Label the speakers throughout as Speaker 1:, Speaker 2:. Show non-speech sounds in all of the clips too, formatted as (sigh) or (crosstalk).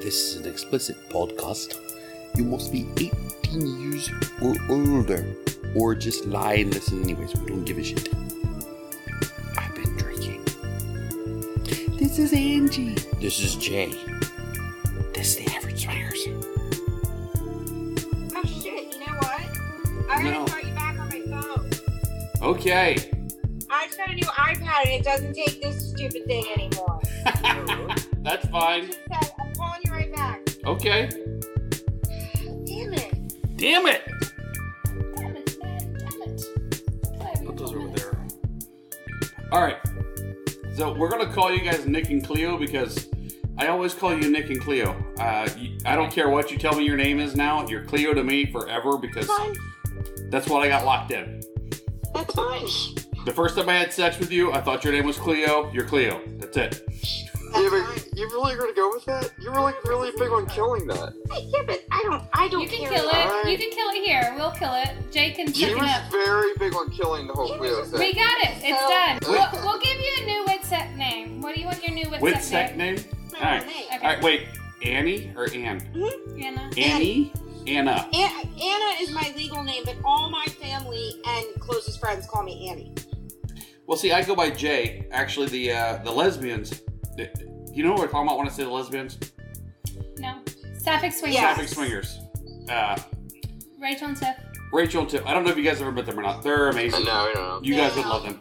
Speaker 1: This is an explicit podcast. You must be 18 years or older, or just lie and listen anyways. We don't give a shit. I've been drinking. This is Angie. This is Jay. This is the average swingers.
Speaker 2: Oh shit, you know what? I gotta
Speaker 3: No.
Speaker 2: call you back on my phone.
Speaker 3: Okay. (laughs)
Speaker 2: I just got a new iPad and it doesn't take this stupid thing anymore.
Speaker 3: That's
Speaker 2: I
Speaker 3: fine.
Speaker 2: just said, I'm calling you right back.
Speaker 3: Okay.
Speaker 2: Damn it.
Speaker 3: Damn it!
Speaker 2: Damn it, man. Damn it.
Speaker 3: Put those over there. Alright. So we're gonna call you guys Nick and Cleo because I always call you Nick and Cleo. Uh, you, I don't care what you tell me your name is now. You're Cleo to me forever
Speaker 2: That's
Speaker 3: because
Speaker 2: fine.
Speaker 3: that's what I got locked in.
Speaker 2: That's fine.
Speaker 3: The first time I had sex with you, I thought your name was Cleo. You're Cleo. That's it.
Speaker 4: You, ever, you really gonna go with that? You were like really big on killing that.
Speaker 2: Yeah, but I don't. I don't
Speaker 5: You can
Speaker 2: care.
Speaker 5: kill
Speaker 4: Alright.
Speaker 5: it. You can kill it here. We'll kill it. Jay can
Speaker 4: She
Speaker 5: check it
Speaker 4: was
Speaker 5: up.
Speaker 4: very big on killing the whole Cleo
Speaker 5: We
Speaker 4: thing.
Speaker 5: got it. It's
Speaker 2: So-
Speaker 5: done. We'll, we'll give you a new WITSEC name. What do you want your new
Speaker 3: With
Speaker 5: WITSEC
Speaker 3: sec
Speaker 5: name?
Speaker 3: name?
Speaker 2: My
Speaker 3: Alright.
Speaker 2: name.
Speaker 5: Okay.
Speaker 3: Alright, wait. Annie or Ann?
Speaker 5: Anna.
Speaker 3: Annie? Anna.
Speaker 2: An- Anna is my legal name, but all my family and closest friends call me Annie.
Speaker 3: Well, see, I go by Jay. Actually, the uh, the lesbians. th- You know what we're talking about when I say the lesbians?
Speaker 5: No. Sapphic Swingers.
Speaker 2: Yeah.
Speaker 3: Traffic swingers. Uh,
Speaker 5: Rachel and Tiff.
Speaker 3: Rachel and Tip. I don't know if you guys ever met them or not. They're amazing.
Speaker 4: No, you don't know.
Speaker 3: You guys would love them.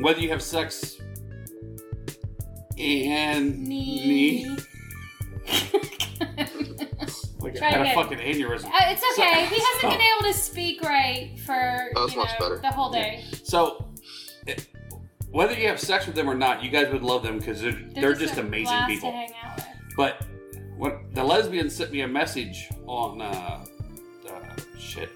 Speaker 3: Whether you have sex and
Speaker 5: Me.
Speaker 3: me, like I
Speaker 5: Try
Speaker 3: had a
Speaker 5: again.
Speaker 3: fucking aneurysm.
Speaker 5: (laughs) Uh, it's
Speaker 3: So-
Speaker 5: okay. he hasn't
Speaker 3: so-
Speaker 5: been able to speak right for
Speaker 4: That's
Speaker 5: you know,
Speaker 4: much better.
Speaker 5: the whole day.
Speaker 3: So, it, whether you have sex with them or not, you guys would love them because they're, they're, just
Speaker 5: a
Speaker 3: amazing
Speaker 5: blast
Speaker 3: people.
Speaker 5: To hang out with.
Speaker 3: But when the lesbian sent me a message on uh, uh shit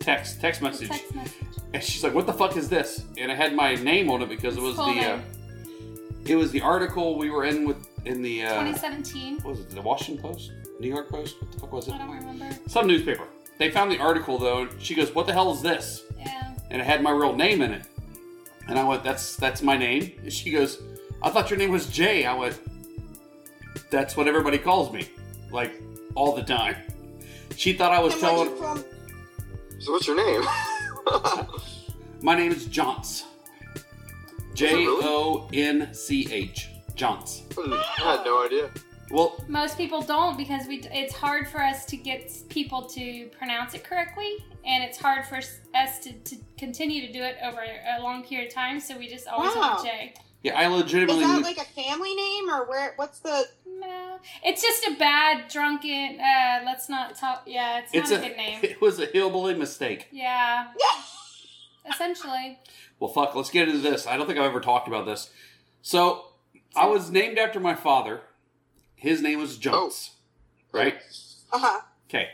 Speaker 3: text text message,
Speaker 5: Text message.
Speaker 3: and she's like, "What the fuck is this?" And it had my name on it because it was
Speaker 5: Full
Speaker 3: the uh,
Speaker 5: name.
Speaker 3: it was the article we were in with in the uh,
Speaker 5: 2017.
Speaker 3: what was it the Washington Post, New York Post, what the fuck was it?
Speaker 5: I don't remember.
Speaker 3: Some newspaper. They found the article though. And she goes, "What the hell is this?"
Speaker 5: Yeah.
Speaker 3: And it had my real name in it. And I went, "That's that's my name." And she goes, "I thought your name was Jay." I went, "That's what everybody calls me, like all the time." She thought I was
Speaker 2: And when you
Speaker 3: telling.
Speaker 2: from?
Speaker 4: So what's your name? (laughs)
Speaker 3: My name is Johns. J O N C H. Johns.
Speaker 4: I had no idea. (laughs)
Speaker 3: Well,
Speaker 5: Most people don't because we it's hard for us to get s- people to pronounce it correctly, and it's hard for s- us to, to continue to do it over a long period of time. So we just always
Speaker 2: Wow.
Speaker 5: want J.
Speaker 3: yeah, I
Speaker 2: Is
Speaker 3: legitimately.
Speaker 2: that like a family name or where? What's the?
Speaker 5: No, it's just a bad drunken. Uh, let's not talk. Yeah, it's not
Speaker 3: it's
Speaker 5: a, good name.
Speaker 3: (laughs) It was a hillbilly mistake.
Speaker 5: Yeah, essentially.
Speaker 3: Well, fuck. Let's get into this. I don't think I've ever talked about this. So, I was named after my father. His name was Johns. Right.
Speaker 2: Uh huh.
Speaker 3: Okay.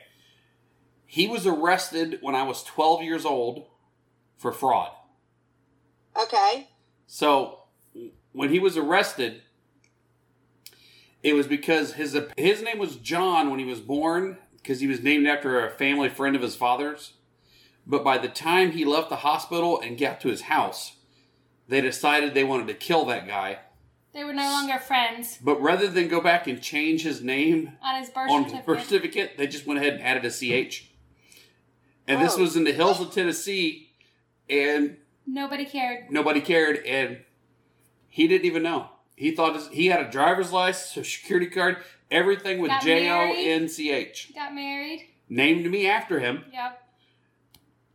Speaker 3: He was arrested when I was 12 years old for fraud.
Speaker 2: Okay.
Speaker 3: So w- when he was arrested, it was because his his name was John when he was born because he was named after a family friend of his father's. But by the time he left the hospital and got to his house, they decided they wanted to kill that guy.
Speaker 5: They were no longer friends
Speaker 3: But rather than go back and change his name
Speaker 5: on his birth
Speaker 3: on his
Speaker 5: certificate.
Speaker 3: birth certificate, they just went ahead and added a CH. And this
Speaker 2: Oh.
Speaker 3: was in the hills of Tennessee, and
Speaker 5: Nobody cared.
Speaker 3: nobody cared, and he didn't even know. He thought his, he had a driver's license, a security card, everything with
Speaker 5: Got
Speaker 3: J O N C H.
Speaker 5: Got married.
Speaker 3: Named me after him,
Speaker 5: Yep.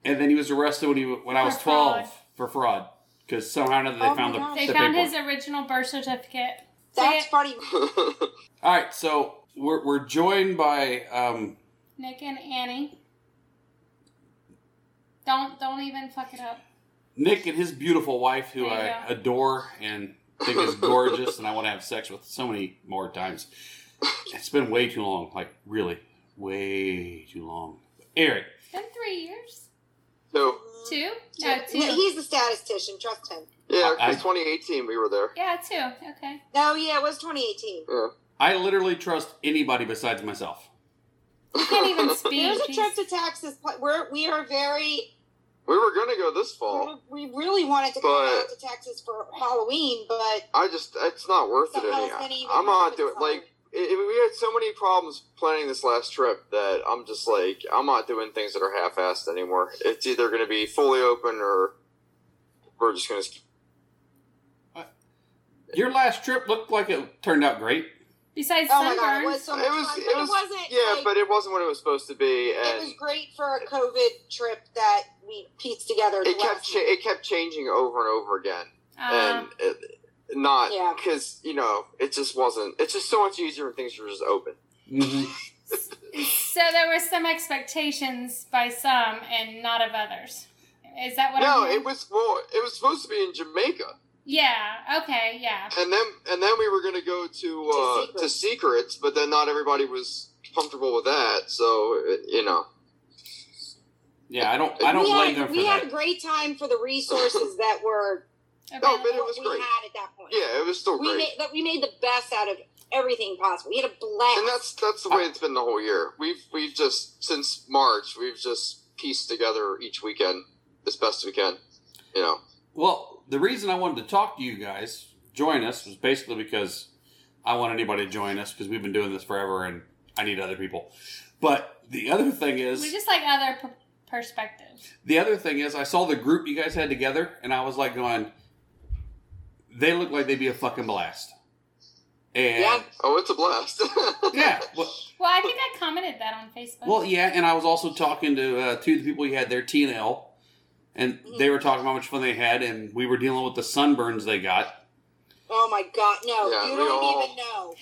Speaker 3: and then he was arrested when he when I
Speaker 5: For
Speaker 3: was twelve for fraud because somehow or another they
Speaker 2: Oh my
Speaker 3: found the,
Speaker 2: gosh.
Speaker 5: They
Speaker 3: the
Speaker 5: found
Speaker 3: paperwork.
Speaker 5: his original birth certificate.
Speaker 2: That's
Speaker 5: Say it.
Speaker 2: funny.
Speaker 5: uh,
Speaker 3: All right, so we're we're joined by um,
Speaker 5: Nick and Annie. Don't don't even fuck it up.
Speaker 3: Nick and his beautiful wife, who
Speaker 5: There you
Speaker 3: I
Speaker 5: go.
Speaker 3: adore and think is gorgeous, and I want to have sex with so many more times. It's been way too long, like really, way too long. Eric,
Speaker 5: Been three years.
Speaker 4: no.
Speaker 5: Two? No, two.
Speaker 2: No, he's the statistician. Trust him.
Speaker 4: Yeah,
Speaker 3: I- I-
Speaker 4: it's 2018 we were there.
Speaker 5: yeah, two. Okay.
Speaker 2: No, yeah, it was 2018.
Speaker 4: Yeah.
Speaker 3: I literally trust anybody besides myself.
Speaker 5: You can't
Speaker 4: (laughs)
Speaker 5: even
Speaker 2: There's
Speaker 5: speak.
Speaker 2: a trip to Texas. but We're we are very.
Speaker 4: We were gonna go this fall.
Speaker 2: We really wanted to come
Speaker 4: But-
Speaker 2: out to Texas for Halloween, but
Speaker 4: I just, it's not worth
Speaker 2: the
Speaker 4: it
Speaker 2: hell's
Speaker 4: any.
Speaker 2: gonna even happen
Speaker 4: I'm not doing
Speaker 2: this
Speaker 4: like it, it- we had so many problems planning this last trip that I'm just like, I'm not doing things that are half-assed anymore. It's either going to be fully open or we're just going to.
Speaker 3: Your last trip looked like it turned out great.
Speaker 5: Besides
Speaker 2: Oh my god,
Speaker 5: sunburn.
Speaker 2: it was so
Speaker 4: It
Speaker 2: much
Speaker 4: was,
Speaker 2: fun,
Speaker 4: it
Speaker 2: but
Speaker 4: was,
Speaker 2: it wasn't.
Speaker 4: yeah,
Speaker 2: like,
Speaker 4: but uh, it wasn't what it was supposed to be,
Speaker 2: it
Speaker 4: and
Speaker 2: was great for a COVID trip that we pieced together.
Speaker 4: it
Speaker 2: to
Speaker 4: kept
Speaker 2: last
Speaker 4: cha- it kept changing over and over again.
Speaker 5: Uh,
Speaker 4: and it, not
Speaker 2: Yeah.
Speaker 4: because you know it just wasn't. It's just so much easier when things are just open.
Speaker 5: so there were some expectations by some and not of others. Is that what?
Speaker 4: No,
Speaker 5: I'm
Speaker 4: it was well, it was supposed to be in Jamaica,
Speaker 5: Yeah. Okay. Yeah.
Speaker 4: and then and then we were going to go to uh,
Speaker 2: Secrets.
Speaker 4: to secrets, but then not everybody was comfortable with that. So it, you know,
Speaker 3: Yeah, I don't. I don't
Speaker 2: we
Speaker 3: blame
Speaker 2: had,
Speaker 3: them for
Speaker 2: we
Speaker 3: that.
Speaker 2: had a great time for the resources that were
Speaker 4: No, but (laughs) it
Speaker 5: Available.
Speaker 4: was
Speaker 2: we
Speaker 4: great.
Speaker 2: had at that point.
Speaker 4: yeah, it was still
Speaker 2: we
Speaker 4: great,
Speaker 2: made that we made the best out of everything possible. We had a blast.
Speaker 4: and that's that's the way it's been the whole year. We've we've just since March we've just pieced together each weekend as best we can. You know,
Speaker 3: Well, the reason I wanted to talk to you guys, join us, was basically because I want anybody to join us because we've been doing this forever and I need other people. But the other thing
Speaker 5: we
Speaker 3: is,
Speaker 5: just like other p- perspectives.
Speaker 3: the other thing is, I saw the group you guys had together and I was like going, they look like they'd be a fucking blast. And
Speaker 4: oh, it's a blast. (laughs)
Speaker 3: yeah, well,
Speaker 5: Well, I think I commented that on Facebook.
Speaker 3: well, yeah, and I was also talking to uh, two of the people you had there, T and L, and they were talking about how much fun they had, and we were dealing with the sunburns they got.
Speaker 2: oh my god, no,
Speaker 4: Yeah,
Speaker 2: you
Speaker 4: we
Speaker 2: don't
Speaker 4: all-
Speaker 2: even know.
Speaker 5: Oh,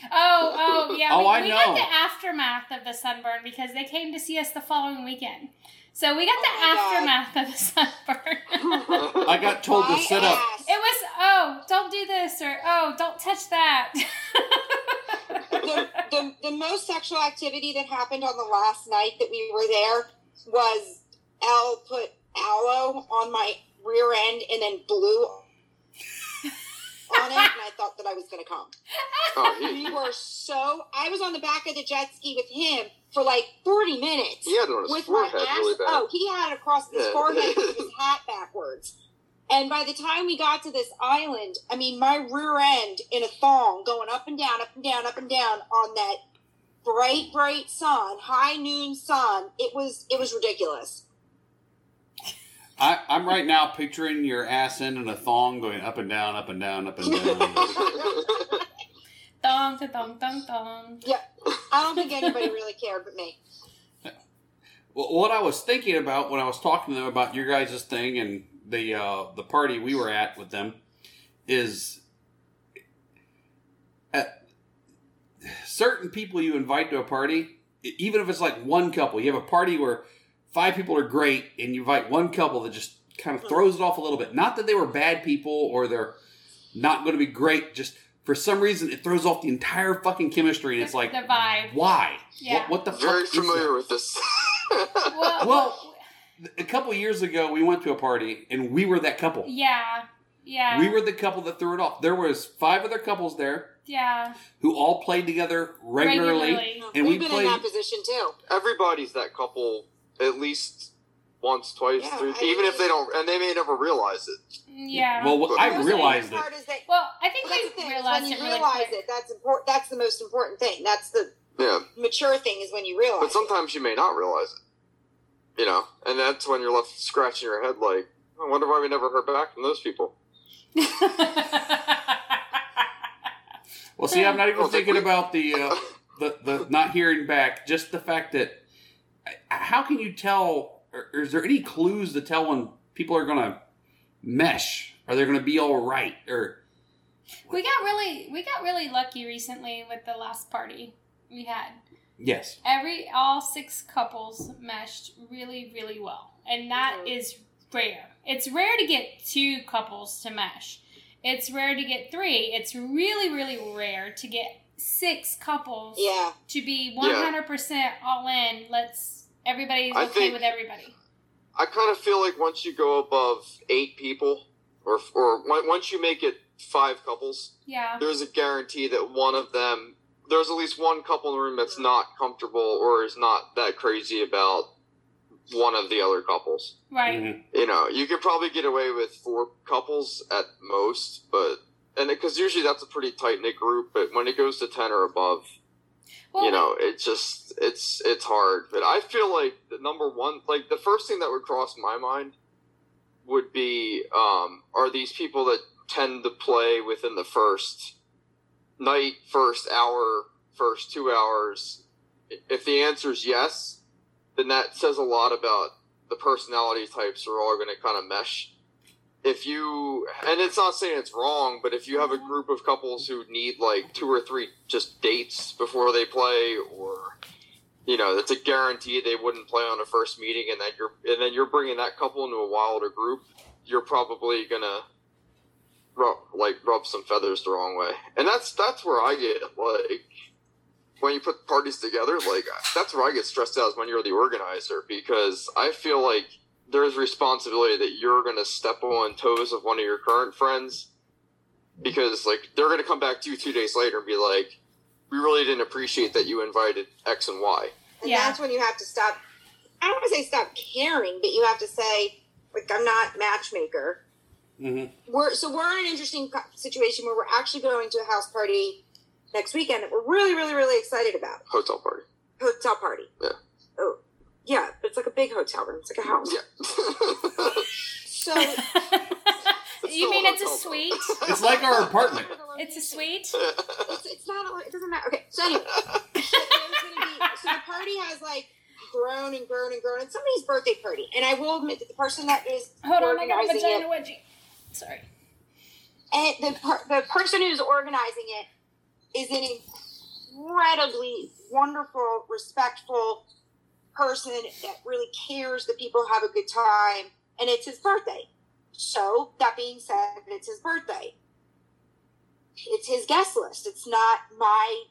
Speaker 5: oh, yeah.
Speaker 3: Oh,
Speaker 5: we,
Speaker 3: I
Speaker 5: we
Speaker 3: know.
Speaker 5: got the aftermath of the sunburn because they came to see us the following weekend. So we got
Speaker 2: Oh
Speaker 5: the
Speaker 2: my God.
Speaker 5: aftermath of the sunburn. (laughs)
Speaker 3: I got told
Speaker 2: My
Speaker 3: to sit up.
Speaker 2: ass.
Speaker 5: it was oh, don't do this or oh, don't touch that. (laughs)
Speaker 2: the, the, the most sexual activity that happened on the last night that we were there was L put aloe on my rear end and then blew on it, and I thought that I was going to come.
Speaker 4: oh, he,
Speaker 2: We were so I was on the back of the jet ski with him for like forty minutes.
Speaker 4: he had it on his
Speaker 2: with my
Speaker 4: forehead
Speaker 2: ass.
Speaker 4: really bad.
Speaker 2: Oh, he had it across his
Speaker 4: Yeah.
Speaker 2: forehead with
Speaker 4: (laughs)
Speaker 2: his hat backwards. And by the time we got to this island, I mean, my rear end in a thong going up and down, up and down, up and down on that bright, bright sun, high noon sun. It was it was ridiculous.
Speaker 3: I, I'm right now picturing your ass end in a thong going up and down, up and down, up and down.
Speaker 2: Oh.
Speaker 5: Dong, dong, dong, dong.
Speaker 2: I don't think
Speaker 3: (laughs)
Speaker 2: anybody really cared but me.
Speaker 3: well, what I was thinking about when I was talking to them about your guys' thing and the uh, the party we were at with them is at certain people you invite to a party, e- even if it's like one couple, you have a party where five people are great and you invite one couple that just kind of throws it off a little bit. Not that they were bad people or they're not going to be great, just for some reason it throws off the entire fucking chemistry and it's like
Speaker 5: the vibe.
Speaker 3: why?
Speaker 5: Yeah.
Speaker 3: What, what the fuck?
Speaker 4: (laughs) Very
Speaker 3: is that?
Speaker 4: familiar with this.
Speaker 3: (laughs)
Speaker 5: Well,
Speaker 3: Well- A couple years ago, we went to a party and we were that couple.
Speaker 5: yeah, yeah,
Speaker 3: We were the couple that threw it off. There was five other couples there
Speaker 5: yeah.
Speaker 3: who all played together regularly, and
Speaker 2: We've
Speaker 3: we
Speaker 2: been in
Speaker 3: played.
Speaker 2: that position too.
Speaker 4: Everybody's that couple at least once, twice,
Speaker 2: Yeah,
Speaker 4: three,
Speaker 2: I
Speaker 4: even if
Speaker 2: mean-
Speaker 4: they don't, and they may never realize it.
Speaker 5: yeah. Well,
Speaker 3: Well, what- I
Speaker 2: Most
Speaker 3: realized
Speaker 2: important
Speaker 3: it.
Speaker 2: part is that
Speaker 5: I think
Speaker 2: well, that's the
Speaker 5: we
Speaker 2: thing, is
Speaker 5: realized
Speaker 2: when you
Speaker 5: it really
Speaker 2: realize
Speaker 5: quick.
Speaker 2: it, that's important. That's the most important thing. That's the
Speaker 4: Yeah,
Speaker 2: mature thing is when you realize.
Speaker 4: but
Speaker 2: it.
Speaker 4: sometimes you may not realize it. You know, and that's when you're left scratching your head like, I wonder why we never heard back from those people.
Speaker 5: (laughs)
Speaker 3: Well, see, I'm not even
Speaker 4: Well, the-
Speaker 3: thinking about the, uh, the the not hearing back. Just the fact that uh, how can you tell? Or, or is there any clues to tell when people are going to mesh? Are they going to be all right? Or
Speaker 5: we got really we got really lucky recently with the last party we had.
Speaker 3: yes,
Speaker 5: Every all six couples meshed really really well, and that
Speaker 2: Mhm.
Speaker 5: is rare. It's rare to get two couples to mesh. It's rare to get three. It's really really rare to get six couples
Speaker 2: yeah,
Speaker 5: to be
Speaker 4: Yeah.
Speaker 5: 100% all in. Let's everybody's
Speaker 4: I
Speaker 5: okay
Speaker 4: think-
Speaker 5: with everybody.
Speaker 4: I kind of feel like once you go above eight people, or or on- once you make it five couples,
Speaker 5: Yeah.
Speaker 4: there's a guarantee that one of them there's at least one couple in the room that's not comfortable or is not that crazy about one of the other couples.
Speaker 5: Right.
Speaker 3: Mhm.
Speaker 4: You know, you could probably get away with four couples at most, but and because usually that's a pretty tight knit group, but when it goes to ten or above,
Speaker 5: Well, (laughs)
Speaker 4: Mm-hmm. you know, it's just it's it's hard. But I feel like the number one, like the first thing that would cross my mind would be, um, are these people that tend to play within the first night, first hour, first two hours? If the answer is yes, then that says a lot about the personality types are all going to kind of mesh. If you, and it's not saying it's wrong, but if you have a group of couples who need like two or three just dates before they play, or you know, that's a guarantee they wouldn't play on a first meeting, and then you're and then you're bringing that couple into a wilder group, you're probably gonna rub, like rub some feathers the wrong way, and that's that's where I get like when you put parties together, like that's where I get stressed out is when you're the organizer because I feel like there's responsibility that you're gonna step on toes of one of your current friends because like they're gonna come back to you two days later and be like, we really didn't appreciate that you invited X and Y.
Speaker 2: And
Speaker 5: Yeah.
Speaker 2: that's when you have to stop. I don't want to say stop caring, but you have to say, like, I'm not matchmaker.
Speaker 3: hmm
Speaker 2: we're so we're in an interesting co- situation where we're actually going to a house party next weekend that we're really, really, really excited about.
Speaker 4: Hotel party.
Speaker 2: Hotel party.
Speaker 4: Yeah.
Speaker 2: Oh, yeah, but it's like a big hotel room. It's like a house.
Speaker 4: Yeah.
Speaker 2: (laughs) So
Speaker 5: you mean it's a suite?
Speaker 3: It's like our apartment.
Speaker 5: It's a
Speaker 4: (laughs)
Speaker 5: suite.
Speaker 2: It's, it's not. A, it doesn't matter. Okay. So
Speaker 3: (laughs)
Speaker 2: anyway, so, there's gonna be, so the party has like grown and grown and grown. It's somebody's birthday party, and I will admit that the person that is
Speaker 5: Hold on, I got a
Speaker 2: organizing
Speaker 5: vagina
Speaker 2: it,
Speaker 5: wedgie. Sorry.
Speaker 2: and the per- the person who's organizing it is an incredibly wonderful, respectful person that really cares that people have a good time, and it's his birthday. So that being said, it's his birthday. It's his guest list. It's not my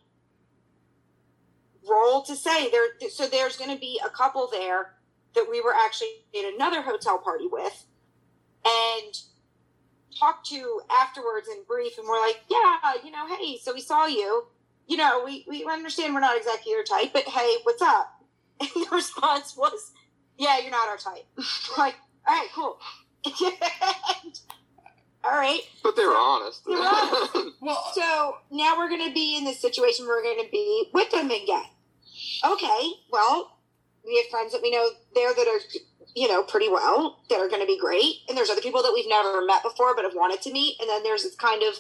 Speaker 2: role to say there. So there's going to be a couple there that we were actually at another hotel party with, and talked to afterwards in brief and we're like, yeah, you know, hey, so we saw you. You know, we, we understand we're not exactly your type, but hey, what's up? (laughs) And the response was, yeah, you're not our type. (laughs) We're like, all right, cool. (laughs) And- all right.
Speaker 4: But they were honest.
Speaker 2: They were honest.
Speaker 3: Well,
Speaker 2: So now we're going to be in the situation where we're going to be with them again. Okay, well, we have friends that we know there that are, you know, pretty well, that are going to be great. And there's other people that we've never met before but have wanted to meet. And then there's this kind of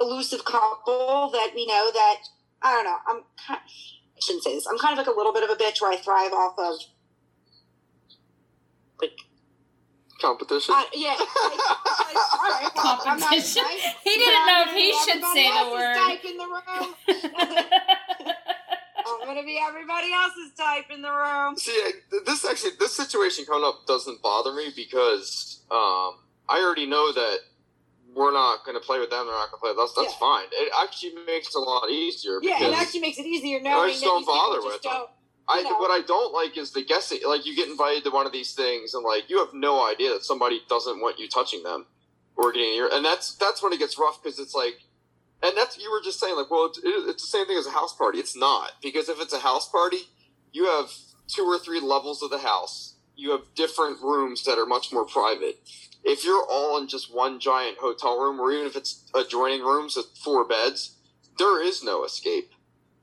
Speaker 2: elusive couple that we know that, I don't know, I'm kind I shouldn't say this. I'm kind of like a little bit of a bitch where I thrive off of,
Speaker 4: (laughs) Competition.
Speaker 2: uh, yeah. (laughs) like, like, all right, well, I'm not your
Speaker 5: Competition.
Speaker 2: type,
Speaker 5: He
Speaker 2: but
Speaker 5: didn't
Speaker 2: I'm
Speaker 5: know if
Speaker 2: gonna
Speaker 5: he
Speaker 2: be
Speaker 5: should
Speaker 2: everybody
Speaker 5: say the
Speaker 2: else's
Speaker 5: word.
Speaker 2: type in the room. I'm gonna be everybody else's type in the room.
Speaker 4: See, I- th- this actually, this situation coming up doesn't bother me because um, I already know that we're not going to play with them. They're not going to play with us. That's
Speaker 2: Yeah.
Speaker 4: fine. It actually makes it a lot easier.
Speaker 2: Yeah, it
Speaker 4: because
Speaker 2: actually makes it easier knowing
Speaker 4: just
Speaker 2: that
Speaker 4: don't
Speaker 2: these people
Speaker 4: bother
Speaker 2: just
Speaker 4: with them.
Speaker 2: don't-
Speaker 4: I,
Speaker 2: you know.
Speaker 4: what I don't like is the guessing. Like you get invited to one of these things, and like you have no idea that somebody doesn't want you touching them or getting your. And that's that's when it gets rough because it's like, and that's you were just saying like, well, it's, it, it's the same thing as a house party. It's not because if it's a house party, you have two or three levels of the house. You have different rooms that are much more private. If you're all in just one giant hotel room, or even if it's adjoining rooms with four beds, there is no escape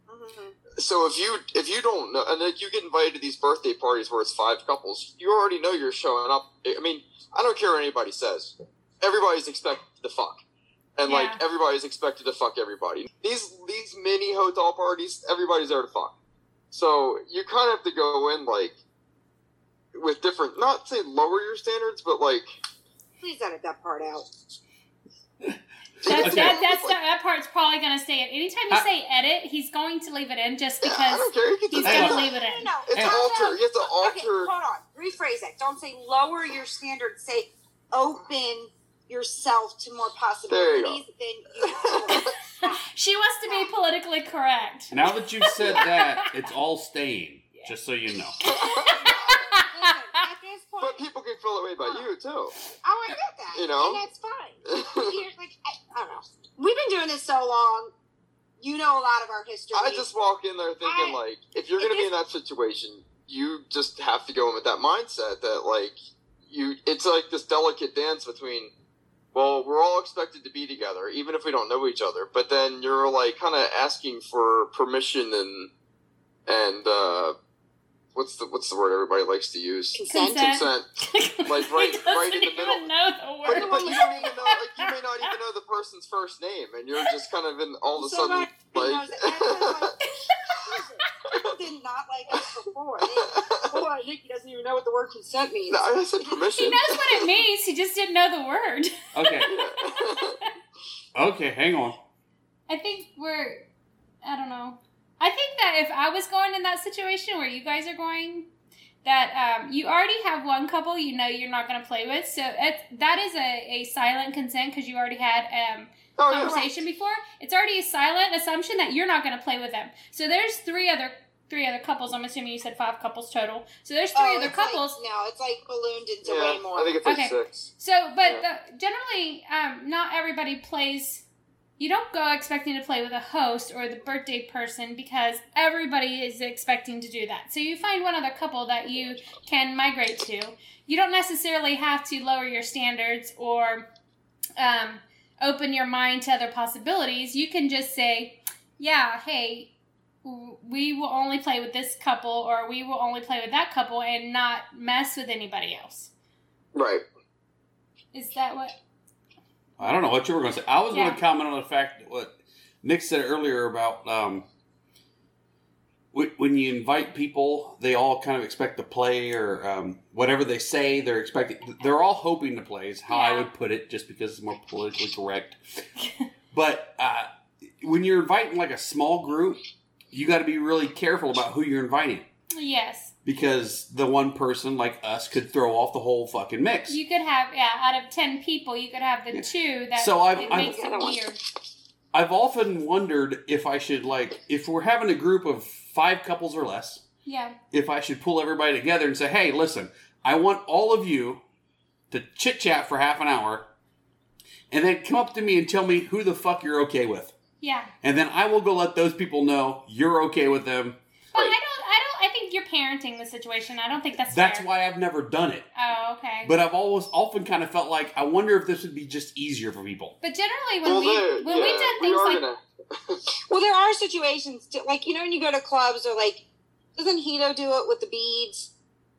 Speaker 2: Mhm.
Speaker 4: so if you if you don't know and like you get invited to these birthday parties where it's five couples you already know you're showing up i mean i don't care what anybody says everybody's expected to fuck and
Speaker 5: Yeah.
Speaker 4: like everybody's expected to fuck everybody these these mini hotel parties everybody's there to fuck so you kind of have to go in like with different not say lower your standards but like
Speaker 2: Please edit that part out.
Speaker 5: (laughs) That's,
Speaker 3: Okay.
Speaker 5: that, that's that part's probably going to stay in. Anytime you
Speaker 3: I-
Speaker 5: say edit, he's going to leave it in just
Speaker 4: yeah, i
Speaker 5: because
Speaker 4: (gasps) don't care you get to
Speaker 5: he's
Speaker 3: Hang
Speaker 5: going to
Speaker 3: on.
Speaker 5: leave it
Speaker 2: No,
Speaker 5: in.
Speaker 2: no,
Speaker 4: it's
Speaker 2: no, no.
Speaker 4: alter you have to
Speaker 2: Okay,
Speaker 4: alter
Speaker 2: hold on. Rephrase that. Don't say lower your standards. Say open yourself to more possibilities than you.
Speaker 4: (laughs)
Speaker 5: She wants to be politically correct.
Speaker 3: now that you've said
Speaker 5: (laughs)
Speaker 3: that, it's all staying. Just so you know.
Speaker 2: Listen, at this
Speaker 4: but
Speaker 2: point,
Speaker 4: people can feel that way about you too
Speaker 2: I want that.
Speaker 4: You know?
Speaker 2: and that's fine.
Speaker 4: (laughs)
Speaker 2: Here's, like, I, I don't know. We've been doing this so long. You know a lot of our history.
Speaker 4: I just walk in there thinking
Speaker 2: I-
Speaker 4: like, if you're
Speaker 2: it
Speaker 4: gonna be
Speaker 2: is-
Speaker 4: in that situation, you just have to go in with that mindset that like you. It's like this delicate dance between well, we're all expected to be together, even if we don't know each other. But then you're like kind of asking for permission and and uh, what's the what's the word everybody likes to use?
Speaker 2: Consent.
Speaker 4: Consent. Like, right-
Speaker 5: (laughs) He doesn't
Speaker 4: right in the
Speaker 5: even
Speaker 4: middle.
Speaker 5: know the
Speaker 4: But,
Speaker 5: word.
Speaker 4: but you don't even know, like, you may not even know the person's first name, and you're just kind of in all of a
Speaker 2: So
Speaker 4: sudden,
Speaker 2: everybody knows
Speaker 4: like,
Speaker 2: that.
Speaker 4: (laughs)
Speaker 2: People did not like us before. They- Boy, Nikki doesn't even know what the word consent means.
Speaker 4: no, I said
Speaker 5: He
Speaker 4: permission.
Speaker 5: knows what it means. He just didn't know the word.
Speaker 3: Okay.
Speaker 4: (laughs)
Speaker 3: Okay, hang on.
Speaker 5: I think we're. I don't know. I think that if I was going in that situation where you guys are going, that um, you already have one couple you know you're not going to play with. So it, that is a, a silent consent because you already had um,
Speaker 4: oh, yeah.
Speaker 5: conversation before. It's already a silent assumption that you're not going to play with them. So there's three other three other couples. I'm assuming you said five couples total. So there's three
Speaker 2: Oh,
Speaker 5: other
Speaker 2: it's like-
Speaker 5: couples.
Speaker 2: no, it's like ballooned into
Speaker 4: Yeah,
Speaker 2: way more.
Speaker 4: I think it's like
Speaker 5: Okay.
Speaker 4: six.
Speaker 5: So, but
Speaker 4: Yeah.
Speaker 5: the, generally, um, not everybody plays. You don't go expecting to play with a host or the birthday person because everybody is expecting to do that. So you find one other couple that you can migrate to. You don't necessarily have to lower your standards or um, open your mind to other possibilities. You can just say, yeah, hey, w- we will only play with this couple or we will only play with that couple and not mess with anybody else.
Speaker 4: Right.
Speaker 5: Is that what?
Speaker 3: I don't know what you were going to say. I was going
Speaker 5: Yeah.
Speaker 3: to comment on the fact that what Nick said earlier about um, wh- when you invite people, they all kind of expect to play or um, whatever they say. They're expecting. They're all hoping to play. Is how I
Speaker 5: Yeah.
Speaker 3: would put it, just because it's more politically
Speaker 5: (laughs)
Speaker 3: correct. but uh, when you're inviting like a small group, you got to be really careful about who you're inviting
Speaker 5: Yes.
Speaker 3: because the one person like us could throw off the whole fucking mix.
Speaker 5: You could have yeah, out of ten people, you could have the two that
Speaker 3: So I've-
Speaker 5: it
Speaker 3: I've-
Speaker 5: makes it
Speaker 2: Another one.
Speaker 5: weird.
Speaker 3: I've often wondered if I should like if we're having a group of five couples or less,
Speaker 5: Yeah.
Speaker 3: if I should pull everybody together and say, "Hey, listen, I want all of you to chit chat for half an hour, and then come up to me and tell me who the fuck you're okay with,
Speaker 5: Yeah.
Speaker 3: and then I will go let those people know you're okay with them."
Speaker 5: But I don't I don't I think you're parenting the situation. I don't think that's
Speaker 3: That's
Speaker 5: fair.
Speaker 3: why I've never done it,
Speaker 5: Oh, okay. But,
Speaker 3: but I've always often kind of felt like I wonder if this would be just easier for people.
Speaker 5: generally when
Speaker 4: well,
Speaker 5: we
Speaker 4: there,
Speaker 5: when
Speaker 4: yeah,
Speaker 5: we did
Speaker 4: we
Speaker 5: things
Speaker 4: are
Speaker 5: like
Speaker 4: gonna-
Speaker 2: Well, there are situations, to, like you know, when you go to clubs or like, doesn't Hito do it with the beads,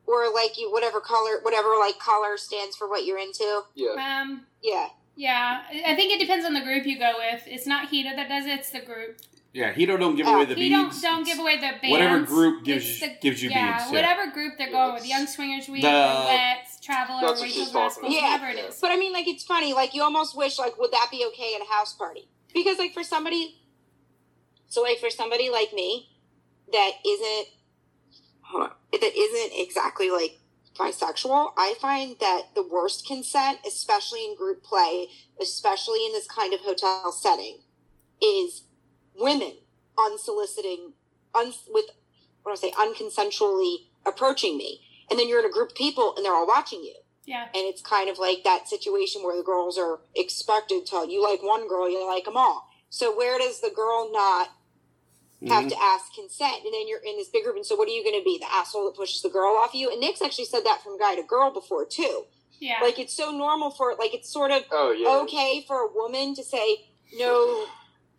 Speaker 2: or like you whatever color, whatever like color stands for what you're into?
Speaker 4: yeah.
Speaker 5: um
Speaker 2: Yeah,
Speaker 5: yeah, I I think it depends on the group you go with. It's not Hita that does it; it's the group.
Speaker 3: Yeah, he don't, don't give away the
Speaker 5: he
Speaker 3: beads.
Speaker 5: don't don't give away the bands.
Speaker 3: Whatever group gives you-
Speaker 5: It's the-
Speaker 3: gives you
Speaker 5: yeah,
Speaker 3: beads, yeah.
Speaker 5: whatever group they're
Speaker 4: Yeah,
Speaker 5: going with,
Speaker 4: that's-
Speaker 5: Young Swingers Week,
Speaker 3: The-
Speaker 5: Roulette, Traveler,
Speaker 4: That's what
Speaker 5: Rachel's
Speaker 4: she's talking
Speaker 5: Rascals,
Speaker 2: about.
Speaker 5: whatever it
Speaker 4: Yeah.
Speaker 5: is.
Speaker 2: but I mean, like it's funny. Like you almost wish, like, would that be okay at a house party? Because like for somebody, so like for somebody like me, that isn't, hold on, that isn't exactly like bisexual. I find that the worst consent, especially in group play, especially in this kind of hotel setting, is women unsoliciting, uns with what do I say, unconsensually approaching me. And then you're in a group of people and they're all watching you.
Speaker 5: Yeah.
Speaker 2: And it's kind of like that situation where the girls are expected to, you like one girl, you like them all. So where does the girl not have
Speaker 3: Mhm.
Speaker 2: to ask consent? And then you're in this big group. And so what are you going to be? The asshole that pushes the girl off you? And Nick's actually said that from guy to girl before, too.
Speaker 5: Yeah.
Speaker 2: Like it's so normal for, like, it's sort of
Speaker 4: Oh yeah.
Speaker 2: okay for a woman to say, no,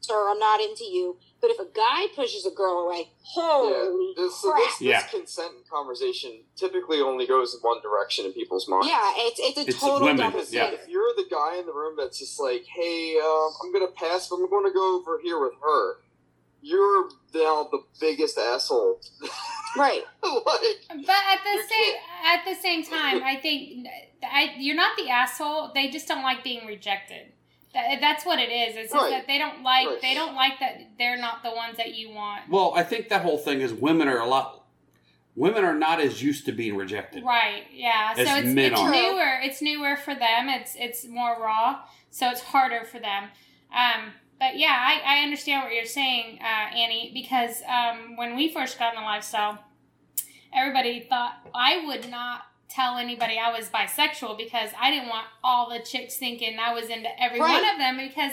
Speaker 2: sir, I'm not into you. But if a guy pushes a girl away, holy
Speaker 4: This, so
Speaker 2: crap.
Speaker 4: this, this
Speaker 3: Yeah.
Speaker 4: consent conversation typically only goes in one direction in people's minds.
Speaker 2: Yeah, it's it's a
Speaker 3: It's
Speaker 2: total
Speaker 3: women,
Speaker 2: double
Speaker 4: Because
Speaker 3: yeah.
Speaker 2: standard.
Speaker 4: if you're the guy in the room that's just like, "Hey, uh, I'm gonna pass, but I'm gonna go over here with her," you're now the biggest asshole. (laughs)
Speaker 2: Right.
Speaker 4: like,
Speaker 5: But at the same
Speaker 4: You're kid-
Speaker 5: at the same time, I think I, you're not the asshole. They just don't like being rejected. That, that's what it is. It's just
Speaker 4: Right.
Speaker 5: that they don't like
Speaker 4: Right.
Speaker 5: they don't like that they're not the ones that you want.
Speaker 3: Well, I think that whole thing is women are a lot. Women are not as used to being rejected.
Speaker 5: Right? Yeah. So
Speaker 3: As
Speaker 5: it's,
Speaker 3: men
Speaker 5: it's
Speaker 3: are.
Speaker 5: newer. It's newer for them. It's it's more raw. So it's harder for them. Um, but yeah, I, I understand what you're saying, uh, Annie, because um, when we first got in the lifestyle, everybody thought I would not tell anybody I was bisexual because I didn't want all the chicks thinking I was into every one
Speaker 2: Right.
Speaker 5: of them because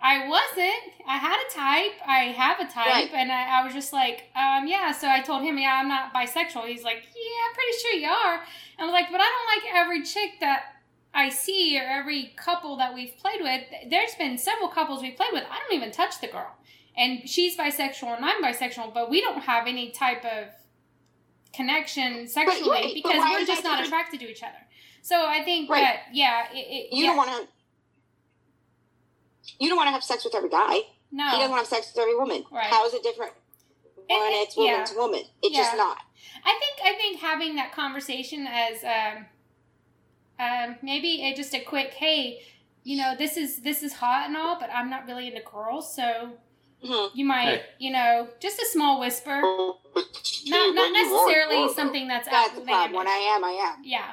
Speaker 5: I wasn't. I had a type. I have a type.
Speaker 2: Right.
Speaker 5: And I, I was just like, um, yeah. So I told him, yeah, I'm not bisexual. He's like, yeah, I'm pretty sure you are. I was like, but I don't like every chick that I see or every couple that we've played with, there's been several couples we've played with. I don't even touch the girl. And she's bisexual and I'm bisexual, but we don't have any type of connection sexually
Speaker 2: right, but
Speaker 5: because
Speaker 2: why
Speaker 5: we're
Speaker 2: is that
Speaker 5: just not
Speaker 2: different?
Speaker 5: attracted to each other. So I think
Speaker 2: Right.
Speaker 5: that, yeah, it, it,
Speaker 2: You
Speaker 5: yeah.
Speaker 2: don't want to. You don't want to have sex with every guy.
Speaker 5: no.
Speaker 2: He doesn't want to have sex with every woman.
Speaker 5: Right.
Speaker 2: How is it different?
Speaker 5: And-
Speaker 2: One, it's
Speaker 5: yeah.
Speaker 2: woman to woman. It's just
Speaker 5: Yeah.
Speaker 2: not.
Speaker 5: I think I think having that conversation as um, um, maybe a, just a quick hey, you know this is this is hot and all, but I'm not really into girls, so
Speaker 2: Mhm.
Speaker 5: you might
Speaker 3: Hey.
Speaker 5: you know just a small whisper,
Speaker 4: Oh, but gee,
Speaker 5: not not
Speaker 4: when you are, you
Speaker 5: necessarily
Speaker 4: are, though.
Speaker 5: something that's
Speaker 2: That's the problem. When I
Speaker 5: outlandish.
Speaker 2: am, I am.
Speaker 5: Yeah,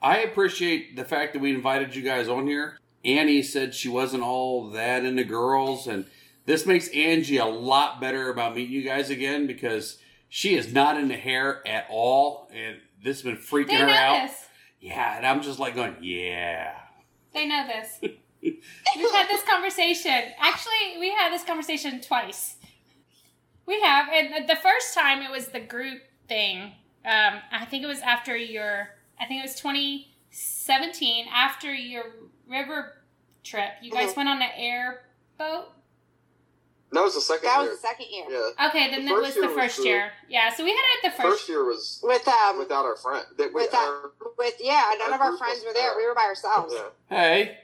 Speaker 3: I appreciate the fact that we invited you guys on here. Annie said she wasn't all that into girls, and this makes Angie a lot better about meeting you guys again because she is not into hair at all, and this has been freaking
Speaker 5: they
Speaker 3: her
Speaker 5: know
Speaker 3: out.
Speaker 5: this.
Speaker 3: Yeah, and I'm just like going, yeah.
Speaker 5: They know this. We've had this conversation. Actually, we had this conversation twice. We have, and the first time it was the group thing. Um, I think it was after your. I think it was 2017 after your river trip. You guys
Speaker 2: Mhm.
Speaker 5: went on an airboat.
Speaker 4: That was the second
Speaker 2: That
Speaker 4: year.
Speaker 2: was the second year
Speaker 4: yeah,
Speaker 5: Okay, then
Speaker 4: The
Speaker 5: that
Speaker 4: first
Speaker 5: was the
Speaker 4: year was
Speaker 5: first
Speaker 4: the-
Speaker 5: year. Yeah, so we had it at the
Speaker 4: first
Speaker 5: first.
Speaker 4: year was
Speaker 2: with um with,
Speaker 4: without our friend. That we,
Speaker 2: Without-
Speaker 4: our-
Speaker 2: yeah. None
Speaker 4: Our
Speaker 2: of our
Speaker 4: group
Speaker 2: friends
Speaker 4: was
Speaker 2: were there.
Speaker 4: there.
Speaker 2: We were by ourselves.
Speaker 4: yeah.
Speaker 3: Hey,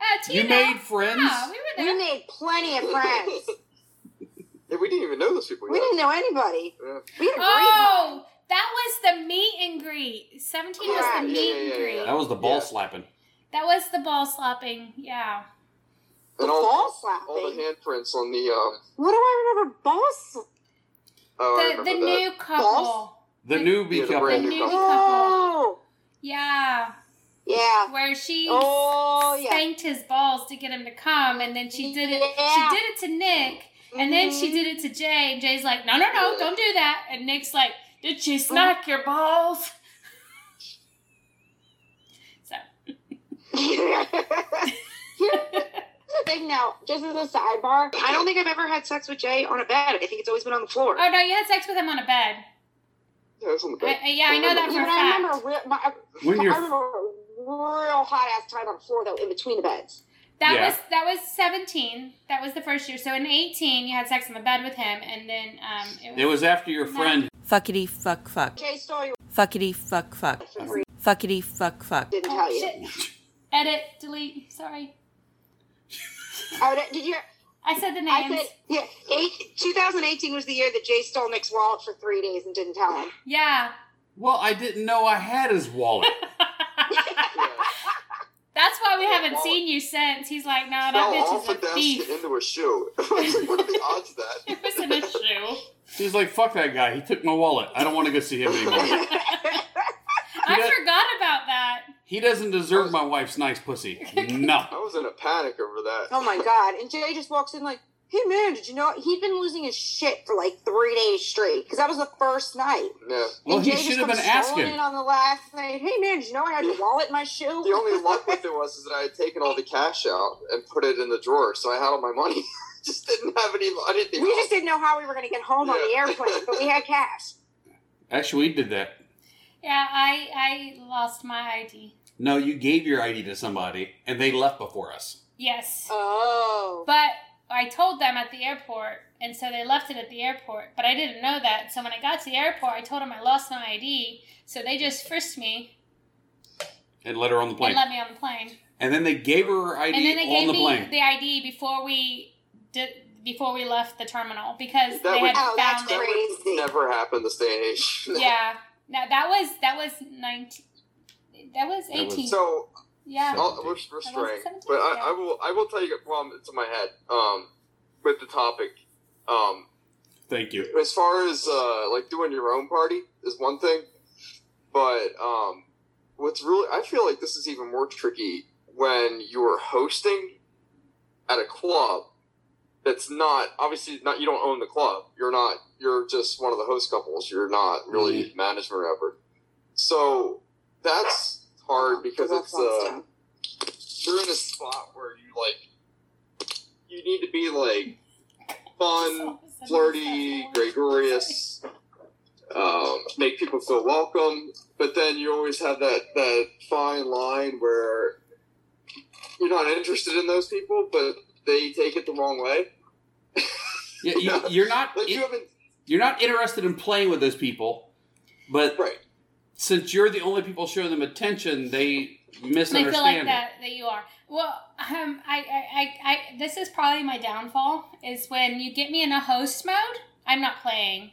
Speaker 5: Uh, Tina.
Speaker 3: you made friends?
Speaker 5: Yeah, we were there.
Speaker 2: We made plenty of friends.
Speaker 4: (laughs) Yeah, we didn't even know those people.
Speaker 2: we didn't know anybody.
Speaker 4: Yeah.
Speaker 2: We had a great
Speaker 5: oh, that was the meet and greet. 17 was
Speaker 2: Yeah,
Speaker 5: the
Speaker 2: yeah,
Speaker 5: meet
Speaker 4: yeah,
Speaker 5: and
Speaker 4: yeah,
Speaker 5: greet.
Speaker 4: yeah.
Speaker 3: That was the ball
Speaker 4: Yeah.
Speaker 3: slapping.
Speaker 5: That was the ball slopping. Yeah.
Speaker 2: The
Speaker 4: And all,
Speaker 2: ball
Speaker 4: all the
Speaker 2: slapping.
Speaker 4: handprints on the. Um,
Speaker 2: What do I remember? Ball sl-
Speaker 4: oh, I
Speaker 5: The, the
Speaker 4: remember that.
Speaker 5: new couple.
Speaker 2: Balls?
Speaker 3: The
Speaker 5: The-
Speaker 3: newbie
Speaker 4: Yeah, the
Speaker 3: couple.
Speaker 5: The
Speaker 4: brand
Speaker 5: new couple.
Speaker 4: couple.
Speaker 2: Oh,
Speaker 5: Yeah.
Speaker 2: yeah.
Speaker 5: Where she
Speaker 2: Oh, yeah.
Speaker 5: spanked his balls to get him to come and then she did it
Speaker 2: Yeah.
Speaker 5: she did it to Nick and then she
Speaker 2: Mhm.
Speaker 5: did it to Jay and Jay's like, No no no,
Speaker 4: Yeah.
Speaker 5: don't do that and Nick's like, Did
Speaker 2: Oh.
Speaker 5: she smack your balls? So
Speaker 2: Here's the thing now, just as a sidebar, I don't think I've ever had sex with Jay on a bed. I think it's always been on the floor.
Speaker 5: Oh no, you had sex with him on a bed.
Speaker 4: Yeah, it was on the
Speaker 5: I, (laughs)
Speaker 4: back.
Speaker 5: I- yeah, I know that
Speaker 2: Yeah,
Speaker 5: for a
Speaker 2: but I
Speaker 5: fact.
Speaker 2: remember, real, my,
Speaker 3: When
Speaker 2: I
Speaker 3: you're,
Speaker 2: remember a real hot ass time on the floor though, in between the beds.
Speaker 5: That
Speaker 3: Yeah.
Speaker 5: was that was seventeen. That was the first year. So in eighteen, you had sex on the bed with him, and then um,
Speaker 3: it was after your friend.
Speaker 6: Fuckity fuck fuck.
Speaker 2: Jay stole your
Speaker 6: Fuckity fuck fuck.
Speaker 2: for free.
Speaker 6: Fuckity fuck fuck.
Speaker 2: Didn't
Speaker 5: Oh,
Speaker 2: tell you.
Speaker 5: shit. Edit, delete. Sorry,
Speaker 2: Oh, that- did you? hear-
Speaker 5: I said the names.
Speaker 2: I said yeah. Eight, 2018 was the year that Jay stole Nick's wallet for three days and didn't tell him.
Speaker 5: yeah,
Speaker 3: Well, I didn't know I had his
Speaker 5: (laughs)
Speaker 3: wallet.
Speaker 4: Yeah.
Speaker 5: that's why we
Speaker 4: Yeah,
Speaker 5: haven't
Speaker 4: well,
Speaker 5: seen you since. He's like, no,
Speaker 4: Fell
Speaker 5: that
Speaker 4: off a
Speaker 5: bitch is a
Speaker 4: desk
Speaker 5: thief.
Speaker 4: and into a shoe. (laughs) what are the odds of that?
Speaker 5: (laughs) It was in a shoe.
Speaker 3: She's like, fuck that guy. He took my wallet. I don't want to go see him anymore.
Speaker 5: I forgot about that.
Speaker 3: He doesn't deserve my wife's nice
Speaker 5: (laughs)
Speaker 3: pussy.
Speaker 4: I
Speaker 3: No.
Speaker 4: was in a panic over that.
Speaker 2: oh my god! And Jay just walks in like, "Hey man, did you know he'd been losing his shit for like three days straight? Because that was the first night."
Speaker 4: Yeah.
Speaker 3: Well,
Speaker 2: And
Speaker 3: he
Speaker 2: Jay just
Speaker 3: should have been
Speaker 2: comes strolling
Speaker 3: asking.
Speaker 2: in on the last night. Hey man, did you know I had your wallet in my shoe?
Speaker 4: The only luck with it was is that I had taken all the cash out and put it in the drawer, so I had all my money. (laughs) just didn't have any. I didn't think.
Speaker 2: we just didn't know how we were going to get home on the
Speaker 4: Yeah.
Speaker 2: airplane, but we had cash.
Speaker 3: Actually, we did that.
Speaker 5: Yeah, I I lost my ID.
Speaker 3: No, you gave your ID to somebody and they left before us.
Speaker 5: Yes,
Speaker 2: Oh,
Speaker 5: but I told them at the airport, and so they left it at the airport. But I didn't know that. So when I got to the airport, I told them I lost my ID. So they just frisked me
Speaker 3: And let her on the plane.
Speaker 5: and let me on the plane.
Speaker 3: And then they gave her her ID
Speaker 5: and then they
Speaker 3: on
Speaker 5: gave
Speaker 3: the
Speaker 5: me
Speaker 3: plane.
Speaker 5: the ID before we did before we left the terminal because
Speaker 4: That
Speaker 5: they
Speaker 4: would-
Speaker 5: had
Speaker 2: Oh, that's
Speaker 5: found
Speaker 4: that
Speaker 5: it.
Speaker 2: great.
Speaker 4: would
Speaker 2: Crazy.
Speaker 4: never happen this day and age.
Speaker 5: Yeah. Now that was that was nineteen. That was
Speaker 3: That was-
Speaker 5: eighteen.
Speaker 4: (laughs) So
Speaker 5: yeah.
Speaker 3: So-
Speaker 4: I'll, we're, we're
Speaker 5: I
Speaker 4: straying,
Speaker 5: wasn't 17,
Speaker 4: but I,
Speaker 5: yeah.
Speaker 4: I will. I will tell you. Well, it's in my head. Um, with the topic, um,
Speaker 3: Thank you.
Speaker 4: (laughs) as far as uh, like doing your own party is one thing, but um, what's really I feel like this is even more tricky when you're hosting at a club that's not obviously not you don't own the club. You're not you're just one of the host couples. You're not really management ever. So that's hard because it's uh, you're in a spot where you like you need to be like fun, flirty, gregarious, um, make people feel welcome. But then you always have that, that fine line where you're not interested in those people, but they take it the wrong way.
Speaker 3: Yeah, you, you're not
Speaker 4: Like you haven't
Speaker 3: you're not interested in playing with those people, but
Speaker 4: right.
Speaker 3: since you're the only people showing them attention, they
Speaker 5: They
Speaker 3: misunderstand.
Speaker 5: feel like
Speaker 3: it.
Speaker 5: that that you are. Well, um, I, I, I, I, this is probably my downfall is when you get me in a host mode. I'm not playing.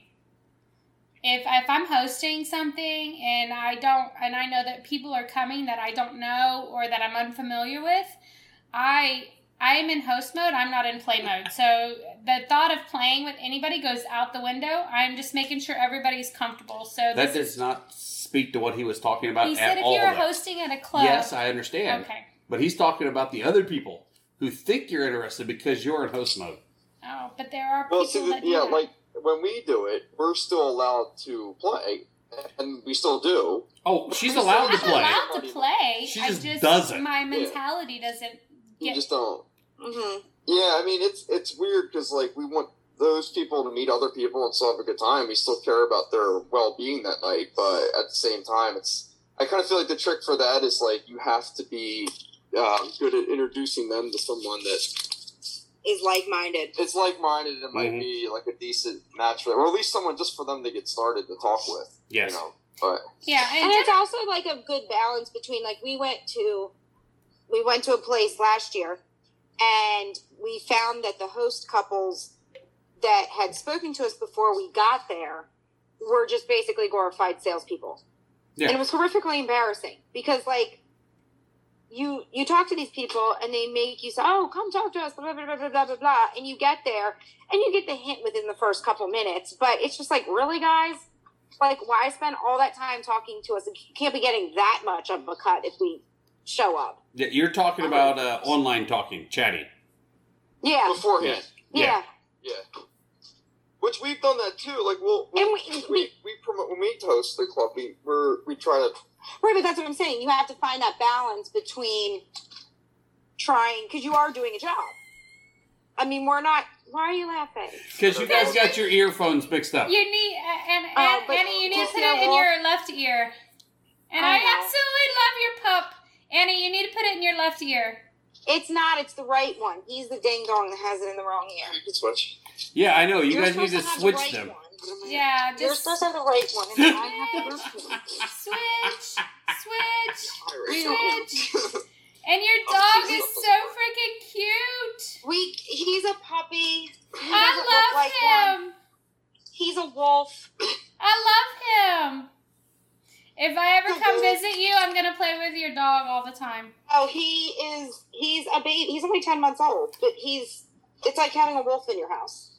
Speaker 5: If if I'm hosting something and I don't and I know that people are coming that I don't know or that I'm unfamiliar with, I I am in host mode. I'm not in play mode. So the thought of playing with anybody goes out the window. I'm just making sure everybody's comfortable. So
Speaker 3: That
Speaker 5: this
Speaker 3: does not speak to what he was talking about
Speaker 5: he
Speaker 3: at
Speaker 5: said if
Speaker 3: all.
Speaker 5: you're
Speaker 3: though.
Speaker 5: hosting at a club.
Speaker 3: yes, I understand.
Speaker 5: Okay.
Speaker 3: But he's talking about the other people who think you're interested because you're in host mode.
Speaker 5: Oh, but there are people
Speaker 4: Well, see,
Speaker 5: that
Speaker 4: that,
Speaker 5: do
Speaker 4: yeah,
Speaker 5: that.
Speaker 4: like when we do it, we're still allowed to play, and we still do.
Speaker 3: Oh, she's allowed to
Speaker 5: (laughs) I'm
Speaker 3: play.
Speaker 5: allowed to play.
Speaker 3: She
Speaker 5: I
Speaker 3: just
Speaker 5: just,
Speaker 3: doesn't.
Speaker 5: My mentality doesn't
Speaker 4: You
Speaker 5: get.
Speaker 4: just don't.
Speaker 2: hmm
Speaker 4: Mm-hmm. Yeah, I mean, it's it's weird because like we want those people to meet other people and still have a good time. We still care about their well being that night, but at the same time, it's I kind of feel like the trick for that is like you have to be um, good at introducing them to someone that
Speaker 2: Is like minded.
Speaker 4: it's like minded and might
Speaker 3: Mhm.
Speaker 4: be like a decent match for them, or at least someone just for them to get started to talk with.
Speaker 3: Yes.
Speaker 4: You know, but
Speaker 5: Yeah,
Speaker 2: And
Speaker 5: and
Speaker 2: it's also like a good balance between like we went to we went to a place last year and we found that the host couples that had spoken to us before we got there were just basically glorified salespeople.
Speaker 3: Yeah.
Speaker 2: And it was horrifically embarrassing because like you you talk to these people and they make you say, Oh, come talk to us, blah blah blah blah blah blah blah and you get there and you get the hint within the first couple minutes, but it's just like, really guys? Like why spend all that time talking to us? You can't be getting that much of a cut if we show up.
Speaker 3: Yeah, You're talking about uh, online talking, chatting.
Speaker 2: Yeah.
Speaker 4: beforehand,
Speaker 2: Yeah.
Speaker 4: Yeah. Which we've done that too. Like, we'll,
Speaker 2: And
Speaker 4: we
Speaker 2: we-
Speaker 4: we, we, promote when we host the club. We we're, we try to
Speaker 2: Right, but that's what I'm saying. You have to find that balance between trying because you are doing a job. I mean, we're not. Why are you laughing?
Speaker 3: Because you guys got your earphones mixed up.
Speaker 5: you need and, and
Speaker 2: Oh, but
Speaker 5: Annie, you need to
Speaker 2: just
Speaker 5: put
Speaker 2: now
Speaker 5: it in
Speaker 2: walk-
Speaker 5: your left ear. And I,
Speaker 2: I know.
Speaker 5: absolutely love your pup, Annie. You need to put it in your left ear.
Speaker 2: It's not. It's the right one. He's the ding dong that has it in the wrong ear.
Speaker 4: we can switch.
Speaker 3: Yeah, I know. You
Speaker 2: You're
Speaker 3: guys need
Speaker 2: supposed
Speaker 3: to
Speaker 2: have the
Speaker 3: switch
Speaker 2: right
Speaker 3: them.
Speaker 2: one.
Speaker 5: Yeah,
Speaker 2: You're
Speaker 5: just
Speaker 2: supposed to have the right one, and I have the left one. (laughs)
Speaker 5: switch, switch,
Speaker 4: Alright.
Speaker 5: and your
Speaker 4: Oh,
Speaker 5: dog
Speaker 4: she's
Speaker 5: is
Speaker 4: not the-
Speaker 5: so freaking cute.
Speaker 2: We. He's a puppy. He doesn't look like
Speaker 5: I love
Speaker 2: one.
Speaker 5: him.
Speaker 2: He's a wolf.
Speaker 5: I love him. If
Speaker 2: (laughs)
Speaker 5: I ever come
Speaker 2: Hello.
Speaker 5: visit you, I'm gonna play with your dog all the time.
Speaker 2: Oh, he is. He's a baby. He's only ten months old, but he's. It's like having a wolf in your house.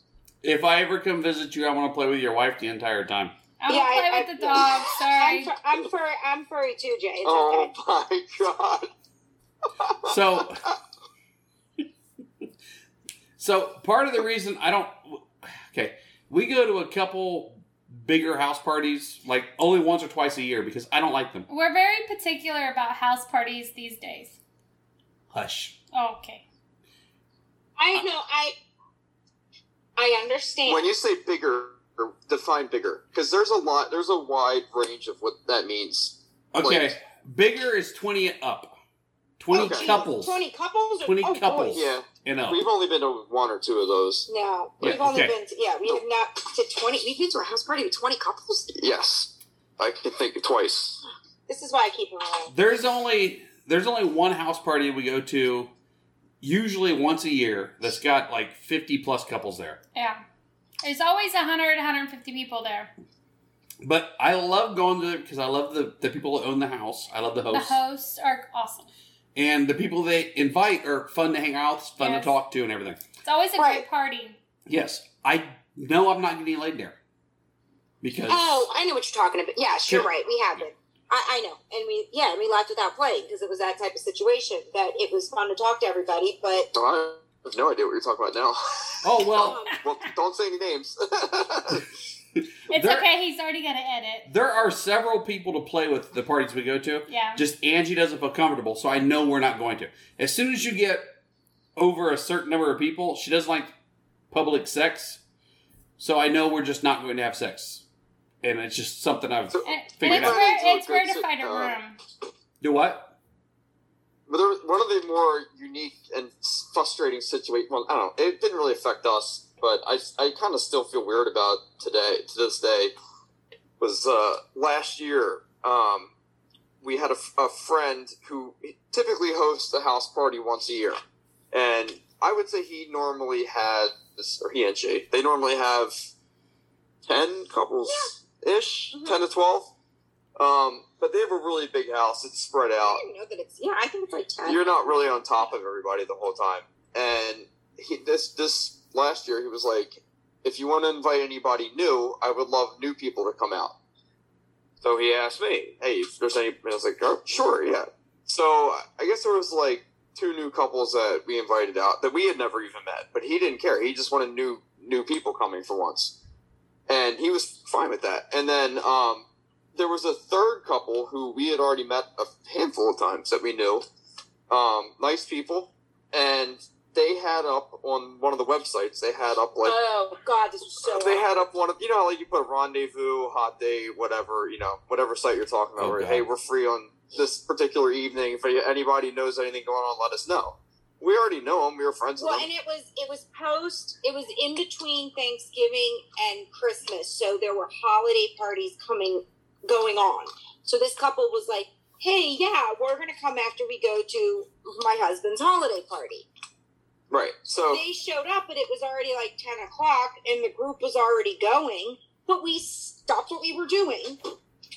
Speaker 3: If I ever come visit you, I want to play with your wife the entire time.
Speaker 5: I
Speaker 2: Yeah,
Speaker 5: want to
Speaker 2: I-
Speaker 5: play
Speaker 2: I-
Speaker 5: with the dog. Sorry.
Speaker 2: (laughs) I'm, fur- I'm furry. I'm furry too, Jay. It's
Speaker 4: oh
Speaker 2: okay.
Speaker 4: my god!
Speaker 3: So, so part of the reason I don't. Okay, we go to a couple bigger house parties, like only once or twice a year, because I don't like them.
Speaker 5: We're very particular about house parties these days.
Speaker 3: Hush.
Speaker 5: okay.
Speaker 2: I know. I I understand.
Speaker 4: When you say bigger, define bigger because there's a lot. There's a wide range of what that means.
Speaker 3: Okay,
Speaker 4: Like-
Speaker 3: bigger is twenty and up, twenty
Speaker 4: Okay.
Speaker 3: couples,
Speaker 2: Twenty couples. Or,
Speaker 3: 20
Speaker 2: oh, boy.
Speaker 3: couples.
Speaker 4: Yeah,
Speaker 3: and up.
Speaker 4: we've only been to one or two of those.
Speaker 2: No,
Speaker 3: Yeah,
Speaker 2: we've only
Speaker 3: okay.
Speaker 2: been. To, yeah, we have not to twenty. We've been to a house party with twenty couples.
Speaker 4: Yes, I can think of twice.
Speaker 2: This is why I keep them around.
Speaker 3: There's only there's only one house party we go to, usually once a year. That's got like fifty plus couples there.
Speaker 5: Yeah. There's always 100, 150 people there.
Speaker 3: But I love going to because I love the, the people that own the house. I love the
Speaker 5: The
Speaker 3: hosts.
Speaker 5: hosts are awesome.
Speaker 3: And the people they invite are fun to hang out with, fun
Speaker 5: Yes.
Speaker 3: to talk to, and everything.
Speaker 5: It's always a
Speaker 2: Right.
Speaker 5: great party.
Speaker 3: Yes, I know I'm not getting laid there because
Speaker 2: Oh, I know what you're talking about. Yes, you're
Speaker 3: Sure.
Speaker 2: right. We have been. I, I know, and we yeah, and we laughed without playing because it was that type of situation that it was fun to talk to everybody. But
Speaker 4: So I have no idea what you're talking about now. (laughs)
Speaker 3: oh well,
Speaker 2: um,
Speaker 4: well, don't say any names.
Speaker 5: It's
Speaker 3: There-
Speaker 5: okay. He's already going to edit.
Speaker 3: there are several people to play with the parties we go to.
Speaker 5: Yeah.
Speaker 3: Just Angie doesn't feel comfortable, so I know we're not going to. As soon as you get over a certain number of people, she doesn't like public sex, so I know we're just not going to have sex. and it's just something I've
Speaker 4: So-
Speaker 5: And, and
Speaker 3: Figure it
Speaker 5: it's
Speaker 3: out.
Speaker 5: rare,
Speaker 4: It's
Speaker 5: it's
Speaker 4: all
Speaker 5: rare
Speaker 4: good
Speaker 5: to find a
Speaker 4: sit down.
Speaker 5: room.
Speaker 3: do what
Speaker 4: But there, was- one of the more unique and s- frustrating situations. Well, I don't know. It didn't really affect us, but I, I kind of still feel weird about today to this day. Was uh, last year um, we had a, f- a friend who typically hosts a house party once a year, and I would say he normally has or he and she they normally have ten couples ish,
Speaker 2: Mhm.
Speaker 4: ten to twelve. Um, but they have a really big house. It's spread out
Speaker 2: I didn't know that it's. Yeah, I think it's like ten.
Speaker 4: (laughs) you're not really on top of everybody the whole time. And he this this last year he was like, if you want to invite anybody new, I would love new people to come out. So he asked me, hey, if there's any, and I was like, oh, sure, yeah. So I guess there was like two new couples that we invited out that we had never even met, but he didn't care. He just wanted new new people coming for once, and he was fine with that. And then um, there was a third couple who we had already met a handful of times that we knew, um, nice people, and they had up on one of the websites they had up like
Speaker 2: oh God, this was so.
Speaker 4: they had up one of you know how, like you put rendezvous, hot day, whatever you know, whatever site you're talking about.
Speaker 3: Oh,
Speaker 4: where,
Speaker 3: God.
Speaker 4: hey, we're free on this particular evening. If anybody knows anything going on, let us know. We already know them. We were friends
Speaker 2: Well,
Speaker 4: with them.
Speaker 2: and it was it was post it was in between Thanksgiving and Christmas, so there were holiday parties coming going on. So this couple was like, "Hey, yeah, we're gonna come after we go to my husband's holiday party."
Speaker 4: right. So
Speaker 2: They showed up, but it was already like ten o'clock, and the group was already going. But we stopped what we were doing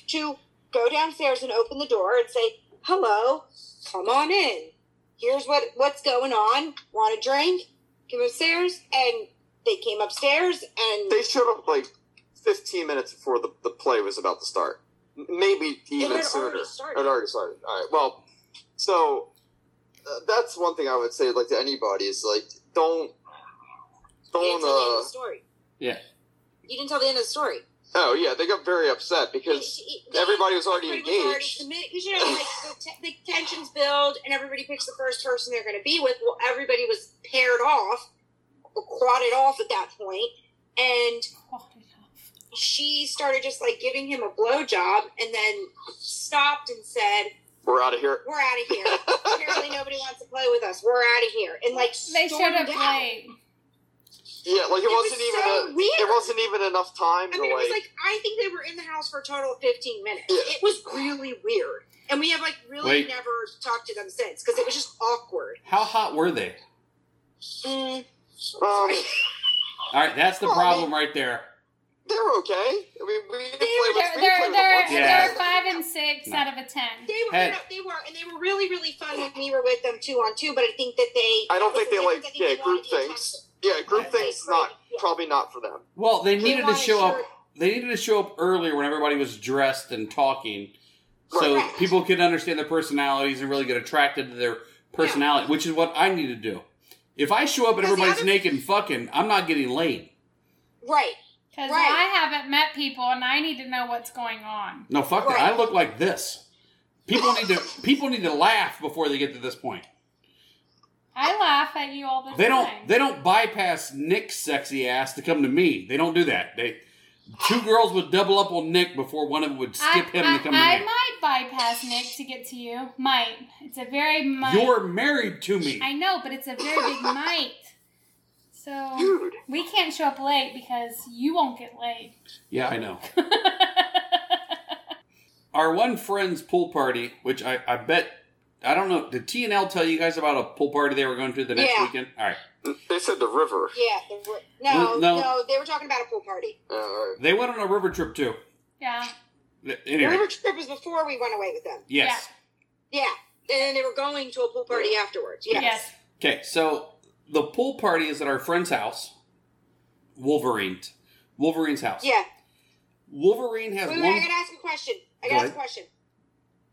Speaker 2: to go downstairs and open the door and say, "Hello, come on in. Here's what what's going on. Want a drink? Come upstairs." And they came upstairs, and
Speaker 4: they showed up like 15 minutes before the, the play was about to start. M- Maybe even
Speaker 2: had
Speaker 4: sooner.
Speaker 2: already started.
Speaker 4: It already started. All right. Well, so uh, that's one thing I would say, like to anybody, is like don't
Speaker 2: didn't tell
Speaker 4: don't.
Speaker 2: the end
Speaker 4: Uh,
Speaker 2: of the story.
Speaker 3: yeah
Speaker 2: You didn't tell the end of the story.
Speaker 4: oh yeah, they got very upset because.
Speaker 2: She-
Speaker 4: everybody was already
Speaker 2: everybody was
Speaker 4: engaged.
Speaker 2: committed, 'cause, you know, like the, te- the tensions build, and everybody picks the first person they're going to be with. Well, everybody was paired off, or quadded off at that point, and
Speaker 5: Oh,
Speaker 2: she started just like giving him a blowjob, and then stopped and said,
Speaker 4: We're out of here.
Speaker 2: "We're out of here. Apparently, nobody wants to play with us. We're out of here." And like
Speaker 5: They showed
Speaker 2: stormed
Speaker 5: up
Speaker 2: out.
Speaker 5: late.
Speaker 4: Yeah, like it,
Speaker 2: It was
Speaker 4: wasn't even
Speaker 2: so
Speaker 4: a,
Speaker 2: weird.
Speaker 4: it wasn't even enough time
Speaker 2: I
Speaker 4: to
Speaker 2: mean, it was
Speaker 4: like,
Speaker 2: like I think they were in the house for a total of fifteen minutes.
Speaker 4: Yeah.
Speaker 2: It was really weird, and we have like really
Speaker 3: Wait.
Speaker 2: never talked to them since because it was just awkward.
Speaker 3: how hot were they
Speaker 2: Mm.
Speaker 4: um,
Speaker 3: all right that's the
Speaker 5: Oh,
Speaker 4: Well, I
Speaker 3: problem right there
Speaker 4: (laughs) they're okay. I mean, we didn't play with
Speaker 5: They're,
Speaker 4: we
Speaker 5: they're,
Speaker 4: played with
Speaker 5: they're,
Speaker 4: once.
Speaker 3: Yeah.
Speaker 5: they're five and six
Speaker 3: No.
Speaker 5: out of a ten.
Speaker 2: They were,
Speaker 3: Hey.
Speaker 2: they were, and they were really, really fun when we were with them two on two. But I think that they,
Speaker 4: I don't
Speaker 2: that was
Speaker 4: think they
Speaker 2: the
Speaker 4: like
Speaker 2: difference. I think
Speaker 4: yeah
Speaker 2: they
Speaker 4: group
Speaker 2: wanted the
Speaker 4: things. Yeah, group
Speaker 3: Yeah.
Speaker 4: things
Speaker 2: Right,
Speaker 4: not
Speaker 2: yeah.
Speaker 4: probably not for them.
Speaker 3: well they needed to
Speaker 2: wanted
Speaker 3: show up
Speaker 2: shirt.
Speaker 3: they needed to show up earlier when everybody was dressed and talking so
Speaker 2: Correct.
Speaker 3: people could understand their personalities and really get attracted to their personality which is what i need to do if i show up and
Speaker 2: Because the
Speaker 3: everybody's
Speaker 2: other-
Speaker 3: naked and fucking i'm not getting laid
Speaker 2: attention. Right.
Speaker 5: Because
Speaker 2: Right.
Speaker 5: I haven't met people and I need to know what's going on.
Speaker 3: no fuck that
Speaker 2: Right.
Speaker 3: i look like this people need to people need to laugh before they get to this point
Speaker 5: I laugh at you all the
Speaker 3: They
Speaker 5: time.
Speaker 3: don't. They don't bypass Nick's sexy ass to come to me. They don't do that. They two girls would double up on Nick before one of them would skip him
Speaker 5: I,
Speaker 3: to come
Speaker 5: I, I
Speaker 3: to me.
Speaker 5: might bypass Nick to get to you. Might. It's a very might.
Speaker 3: You're married to me.
Speaker 5: I know, but it's a very big might. So
Speaker 4: Dude,
Speaker 5: we can't show up late because you won't get laid. (laughs)
Speaker 3: yeah, I know. Our one friend's pool party, which I, I bet I don't know. Did T and L tell you guys about a pool party they were going to the next
Speaker 2: Yeah.
Speaker 3: weekend? All right,
Speaker 4: they said the river.
Speaker 2: Yeah. They were, no,
Speaker 3: Mm,
Speaker 2: no,
Speaker 3: no.
Speaker 2: They were talking about a pool party.
Speaker 4: Yeah, all right.
Speaker 3: they went on a river trip too.
Speaker 5: yeah.
Speaker 2: The
Speaker 3: Anyway,
Speaker 2: river trip was before we went away with them.
Speaker 3: yes.
Speaker 2: Yeah, and then they were going to a pool party afterwards. Yes.
Speaker 5: Yes.
Speaker 3: Okay, so the pool party is at our friend's house, Wolverine's. Wolverine's house.
Speaker 2: Yeah.
Speaker 3: Wolverine has
Speaker 2: Wait,
Speaker 3: one.
Speaker 2: wait, I gotta ask a question. I
Speaker 3: Go
Speaker 2: gotta ask a
Speaker 3: ahead.
Speaker 2: question.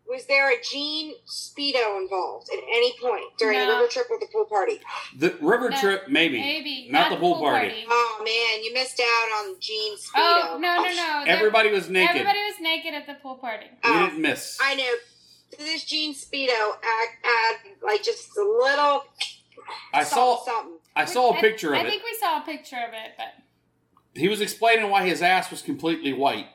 Speaker 2: Was there a Gene Speedo involved at any point during the
Speaker 5: No.
Speaker 2: river trip or the pool party?
Speaker 3: The river
Speaker 5: No,
Speaker 3: trip, maybe.
Speaker 5: Maybe.
Speaker 3: Not the pool party.
Speaker 2: Oh man, you missed out on Gene Speedo.
Speaker 5: Oh, no, no, no. The-
Speaker 3: Everybody was naked.
Speaker 5: Everybody was naked at the pool party.
Speaker 3: we
Speaker 2: Oh,
Speaker 3: didn't miss.
Speaker 2: I know. This Gene Speedo act add like just a little.
Speaker 3: I saw. (laughs)
Speaker 2: something.
Speaker 3: I saw a picture
Speaker 5: I,
Speaker 3: of
Speaker 5: I
Speaker 3: it.
Speaker 5: think we saw a picture of it, but
Speaker 2: (laughs)
Speaker 3: He was explaining why his ass was completely white.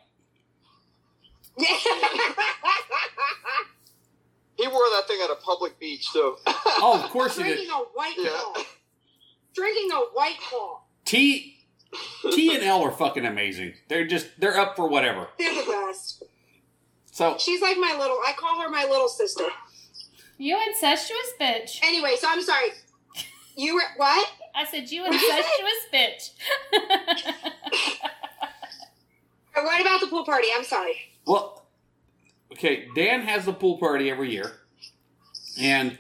Speaker 4: He wore that thing at a public beach, so
Speaker 3: Oh, of course you did.
Speaker 2: Drinking a white
Speaker 4: Yeah.
Speaker 2: claw. Drinking a white claw.
Speaker 3: T T and L are fucking amazing. They're just they're up for whatever.
Speaker 2: They're the best.
Speaker 3: So
Speaker 2: She's like my little. I call her my little sister.
Speaker 5: You incestuous bitch.
Speaker 2: Anyway, so I'm sorry. You were what?
Speaker 5: I said you
Speaker 2: What'd you say?
Speaker 5: incestuous bitch.
Speaker 2: What about the pool party? I'm sorry.
Speaker 3: well okay, Dan has the pool party every year. And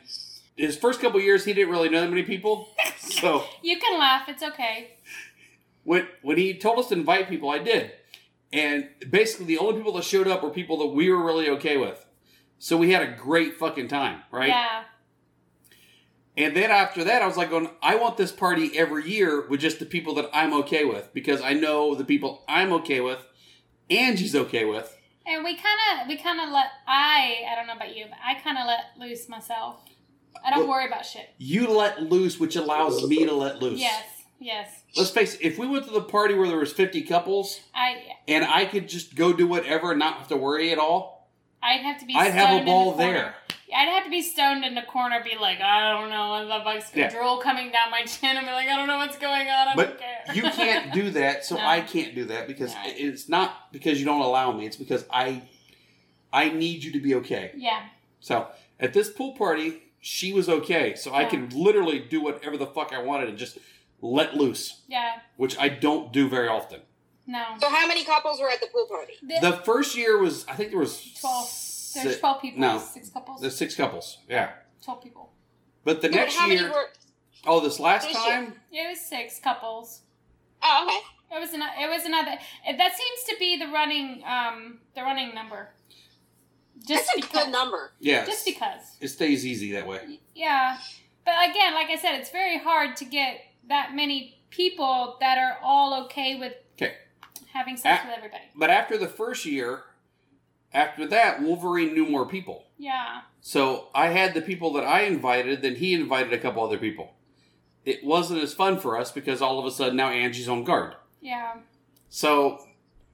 Speaker 3: his first couple years he didn't really know that many people. So
Speaker 5: you can laugh. It's okay.
Speaker 3: when when he told us to invite people, I did. And basically the only people that showed up were people that we were really okay with. So we had a great fucking time, right?
Speaker 5: Yeah.
Speaker 3: And then after that, I was like, going, I want this party every year with just the people that I'm okay with because I know the people I'm okay with, Angie's okay with.
Speaker 5: And we kind of, we kind of let, I, I don't know about you, but I kind of let loose myself. I don't
Speaker 3: Well-
Speaker 5: worry about shit.
Speaker 3: You let loose, which allows me to let loose.
Speaker 5: Yes. Yes.
Speaker 3: Let's face it, if we went to the party where there was 50 couples
Speaker 5: I,
Speaker 3: and I could just go do whatever and not have to worry at all,
Speaker 5: I'd have to be
Speaker 3: I'd have a
Speaker 5: stoned in the
Speaker 3: ball
Speaker 5: corner.
Speaker 3: there.
Speaker 5: I'd have to be stoned in the corner, be like, I don't know what the fuck's
Speaker 3: Yeah.
Speaker 5: drool coming down my chin, and be like, I don't know what's going on. I
Speaker 3: But
Speaker 5: don't care.
Speaker 3: you can't (laughs) do that, so
Speaker 5: No.
Speaker 3: I can't do that because
Speaker 5: No.
Speaker 3: it's not because you don't allow me. It's because I I need you to be okay.
Speaker 5: (laughs) yeah.
Speaker 3: So at this pool party, she was okay. So I
Speaker 5: Yeah.
Speaker 3: could literally do whatever the fuck I wanted and just let loose,
Speaker 5: Yeah.
Speaker 3: which I don't do very often.
Speaker 5: No.
Speaker 2: So how many couples were at the pool party?
Speaker 5: The-
Speaker 3: The first year was, I think there was
Speaker 5: 12.
Speaker 3: si-
Speaker 5: There's 12 people.
Speaker 3: No.
Speaker 5: Six couples.
Speaker 3: There's six couples. Yeah.
Speaker 5: 12 people.
Speaker 3: But the
Speaker 2: No, but
Speaker 3: next
Speaker 2: how
Speaker 3: year,
Speaker 2: many were?
Speaker 3: oh, this last
Speaker 2: This year.
Speaker 3: time,
Speaker 5: It was six couples.
Speaker 2: Oh, okay.
Speaker 5: It was another. It was another. eh, That seems to be the running, um, the running number. Just
Speaker 2: That's a
Speaker 5: because.
Speaker 2: good number.
Speaker 3: yeah,
Speaker 5: Just because.
Speaker 3: it stays easy that way.
Speaker 5: Yeah, but again, like I said, it's very hard to get that many people that are all okay with
Speaker 3: 'Kay.
Speaker 5: having sex
Speaker 3: Ah.
Speaker 5: with everybody.
Speaker 3: But after the first year, after that, Wolverine knew more people.
Speaker 5: Yeah.
Speaker 3: So I had the people that I invited, then he invited a couple other people. It wasn't as fun for us because all of a sudden now Angie's on guard.
Speaker 5: Yeah.
Speaker 3: So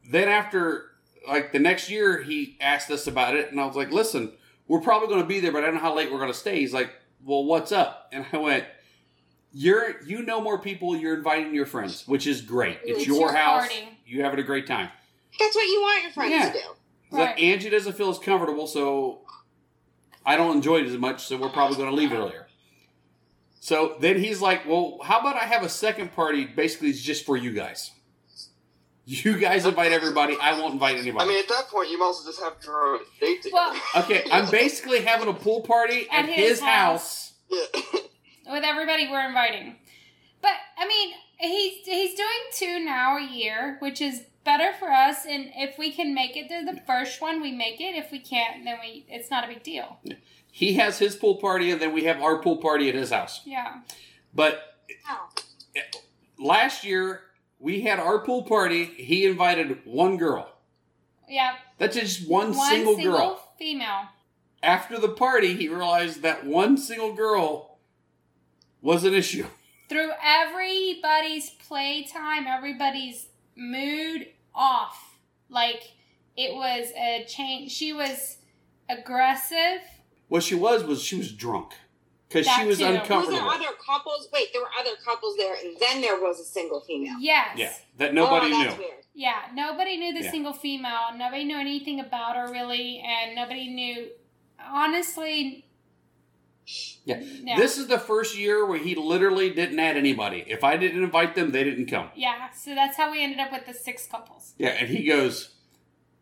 Speaker 3: then after like the next year he asked us about it and I was like, "Listen, we're probably going to be there, but I don't know how late we're going to stay." He's like, "Well, what's up?" And I went, "You're you know more people, you're inviting your friends, which is great. It's,
Speaker 5: It's
Speaker 3: your,
Speaker 5: your
Speaker 3: house.
Speaker 5: party.
Speaker 3: You having a great time."
Speaker 2: That's what you want your friends
Speaker 3: Yeah.
Speaker 2: to do.
Speaker 3: He's like,
Speaker 5: Right.
Speaker 3: "Angie doesn't feel as comfortable, so I don't enjoy it as much, so we're probably going to leave earlier." So then he's like, "Well, how about I have a second party? Basically, it's just for you guys. You guys invite everybody. I won't invite anybody."
Speaker 4: I mean, at that point, you might as well just have your own date
Speaker 5: Well,
Speaker 4: together.
Speaker 3: Okay, I'm basically having a pool party at, his, house.
Speaker 4: (laughs) yeah.
Speaker 5: with everybody we're inviting. But I mean, he's he's doing two now a year, which is better for us. And if we can make it to the first one, we make it. If we can't, then we it's not a big deal.
Speaker 3: He has his pool party, and then we have our pool party at his house.
Speaker 5: Yeah.
Speaker 3: But
Speaker 2: Oh.
Speaker 3: last year, we had our pool party. He invited one girl.
Speaker 5: Yeah.
Speaker 3: That's just one, single, girl.
Speaker 5: female.
Speaker 3: After the party, he realized that one single girl was an issue. (laughs)
Speaker 5: Through everybody's playtime, everybody's mood off. Like it was a change. She was aggressive.
Speaker 3: What she was was she was drunk because she
Speaker 5: That
Speaker 3: was
Speaker 5: too. Was there
Speaker 2: Was there
Speaker 3: uncomfortable.
Speaker 2: other couples? Wait, there were other couples there, and then there was a single female.
Speaker 5: Yes.
Speaker 3: Yeah, that nobody
Speaker 2: oh,
Speaker 3: knew.
Speaker 2: that's Weird. (laughs)
Speaker 5: Yeah, nobody knew the
Speaker 3: Yeah.
Speaker 5: single female. Nobody knew anything about her really, and nobody knew. Honestly,
Speaker 3: Yeah.
Speaker 5: no.
Speaker 3: This is the first year where he literally didn't add anybody. If I didn't invite them, they didn't come.
Speaker 5: Yeah, so that's how we ended up with the six couples.
Speaker 3: Yeah, and he goes,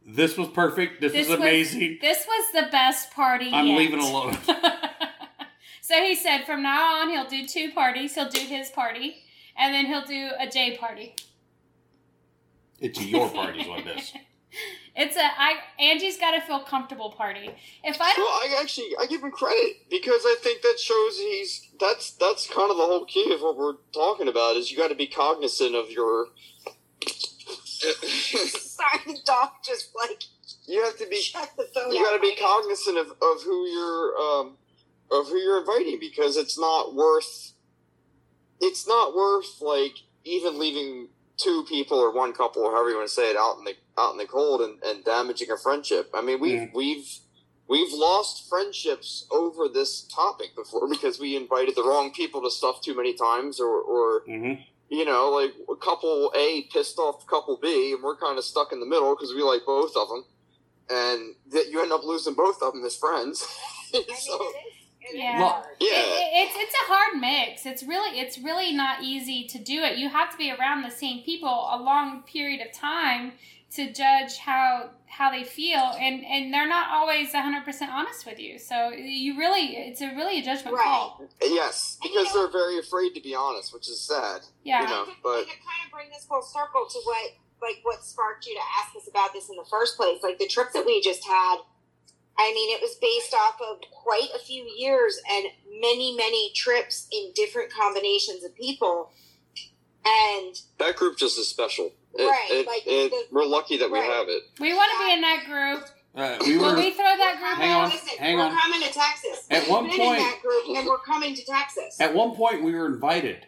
Speaker 3: "This was perfect. This, was amazing.
Speaker 5: this was the best party.
Speaker 3: I'm
Speaker 5: yet.
Speaker 3: leaving alone." (laughs)
Speaker 5: (laughs) so he said, from now on, he'll do two parties. He'll do his party, and then he'll do a J party.
Speaker 3: it's your party, is what it is.
Speaker 5: It's a I Angie's got to feel comfortable party. If I
Speaker 4: Well,
Speaker 5: don't,
Speaker 4: I actually I give him credit because I think that shows he's that's that's kind of the whole key of what we're talking about is you got to be cognizant of your (laughs)
Speaker 2: Sorry, the dog just like
Speaker 4: you have to be
Speaker 2: shut
Speaker 4: (laughs)
Speaker 2: the phone.
Speaker 4: you
Speaker 2: out.
Speaker 4: got to be cognizant of, of who you're um, of who you're inviting because it's not worth it's not worth like even leaving two people or one couple or however you want to say it out in the out in the cold and, and damaging a friendship. I mean, we've
Speaker 3: Yeah.
Speaker 4: we've we've lost friendships over this topic before (laughs) because we invited the wrong people to stuff too many times or, or
Speaker 3: Mm-hmm.
Speaker 4: you know, like a couple A pissed off couple B, and we're kind of stuck in the middle because we like both of them, and that you end up losing both of them as friends. (laughs) so
Speaker 5: Yeah. It-
Speaker 4: yeah,
Speaker 5: it- it's it's a hard mix. It's really it's really not easy to do it. You have to be around the same people a long period of time to judge how how they feel, and and they're not always hundred percent honest with you. So you really it's a really a judgment
Speaker 2: Right.
Speaker 5: call.
Speaker 4: yes, because they're very afraid to be honest, which is sad.
Speaker 5: Yeah.
Speaker 4: You know,
Speaker 2: And to-
Speaker 4: but-
Speaker 2: and to kind of bring this full circle to what like what sparked you to ask us about this in the first place, like the trip that we just had. I mean, it was based off of quite a few years and many, many trips in different combinations of people. And
Speaker 4: That group just is special. It,
Speaker 2: Right,
Speaker 4: it-
Speaker 2: like
Speaker 4: it-
Speaker 2: the-
Speaker 4: we're lucky that we
Speaker 2: right.
Speaker 4: have it.
Speaker 5: We want to be in that group.
Speaker 3: Uh, we
Speaker 5: Will
Speaker 3: were
Speaker 5: we throw that
Speaker 2: we're
Speaker 3: Hang
Speaker 5: group
Speaker 2: coming-
Speaker 3: on,
Speaker 5: out?
Speaker 2: listen,
Speaker 3: hang
Speaker 2: we're
Speaker 3: on.
Speaker 2: coming to Texas.
Speaker 3: At
Speaker 2: We've
Speaker 3: one
Speaker 2: been
Speaker 3: point-
Speaker 2: in that group, and we're coming to Texas.
Speaker 3: at one point we were invited,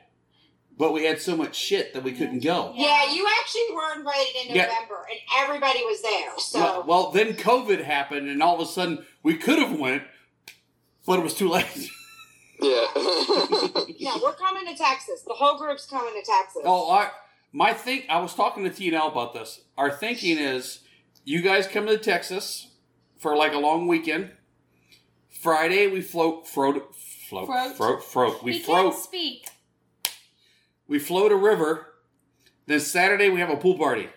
Speaker 3: but we had so much shit that we couldn't go.
Speaker 2: yeah, you actually were invited in
Speaker 3: Yeah.
Speaker 2: November, and everybody was there. So
Speaker 3: Well, well, then COVID happened, and all of a sudden we could have went, but it was too late. (laughs)
Speaker 2: (laughs)
Speaker 4: Yeah. (laughs)
Speaker 2: yeah, we're coming to Texas. The whole group's coming to Texas.
Speaker 3: oh, I my think I was talking to T and L about this. Our thinking is, you guys come to Texas for like a long weekend. Friday we float, float, float,
Speaker 5: Froat.
Speaker 3: float, float. We,
Speaker 5: We
Speaker 3: float.
Speaker 5: can't speak.
Speaker 3: We float a river. Then Saturday we have a pool party.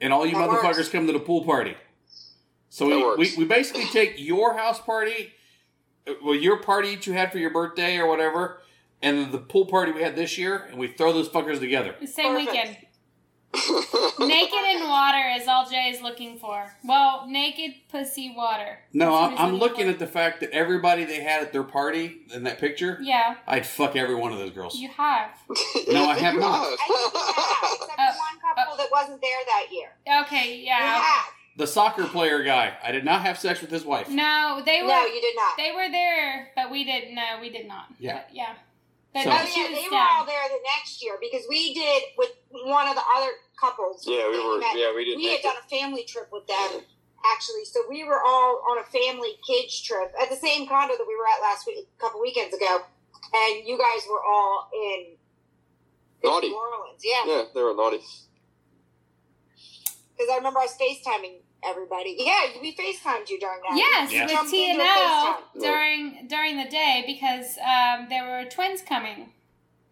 Speaker 3: And all you
Speaker 2: That
Speaker 3: motherfuckers
Speaker 2: works.
Speaker 3: come to the pool party. So
Speaker 4: That
Speaker 3: we,
Speaker 4: works.
Speaker 3: we, we basically take your house party, uh, well, your party that you had for your birthday or whatever, and then the pool party we had this year, and we throw those fuckers together.
Speaker 5: The same
Speaker 2: Perfect.
Speaker 5: weekend.
Speaker 2: (laughs)
Speaker 5: naked in water is all Jay is looking for. Well, naked pussy water.
Speaker 3: No,
Speaker 5: That's what
Speaker 3: I'm,
Speaker 5: he's
Speaker 3: I'm looking
Speaker 5: for.
Speaker 3: at the fact that everybody they had at their party in that picture,
Speaker 5: Yeah,
Speaker 3: I'd fuck every one of those girls.
Speaker 5: you have.
Speaker 3: No, I have
Speaker 2: I
Speaker 3: not.
Speaker 2: think we have, except
Speaker 5: Uh,
Speaker 2: for one couple that wasn't there that year.
Speaker 5: Okay,
Speaker 2: We
Speaker 5: yeah.
Speaker 2: have.
Speaker 3: The soccer player guy, I did not have sex with his wife.
Speaker 5: No, they were
Speaker 2: No, you did not.
Speaker 5: they were there, but we didn't. No, we did not.
Speaker 3: Yeah.
Speaker 5: But, yeah. But
Speaker 3: So-
Speaker 2: Oh
Speaker 5: she
Speaker 2: yeah,
Speaker 5: was
Speaker 2: they were
Speaker 5: down.
Speaker 2: all there the next year because we did with one of the other couples.
Speaker 4: yeah, we
Speaker 2: that
Speaker 4: were.
Speaker 2: met.
Speaker 4: Yeah, we didn't.
Speaker 2: We had
Speaker 4: make
Speaker 2: done a family trip with them actually, so we were all on a family kids trip at the same condo that we were at last week, a couple weekends ago, and you guys were all in
Speaker 4: Naughty.
Speaker 2: New Orleans.
Speaker 4: it.
Speaker 2: Yeah,
Speaker 4: Yeah, they were naughty.
Speaker 2: because I remember I was FaceTiming everybody. Yeah, we FaceTimed you during that.
Speaker 5: Yes,
Speaker 3: Yeah.
Speaker 5: with
Speaker 2: Jumped
Speaker 5: T
Speaker 2: into
Speaker 5: and
Speaker 2: a
Speaker 5: L
Speaker 2: FaceTime.
Speaker 5: during during the day because um, there were twins coming.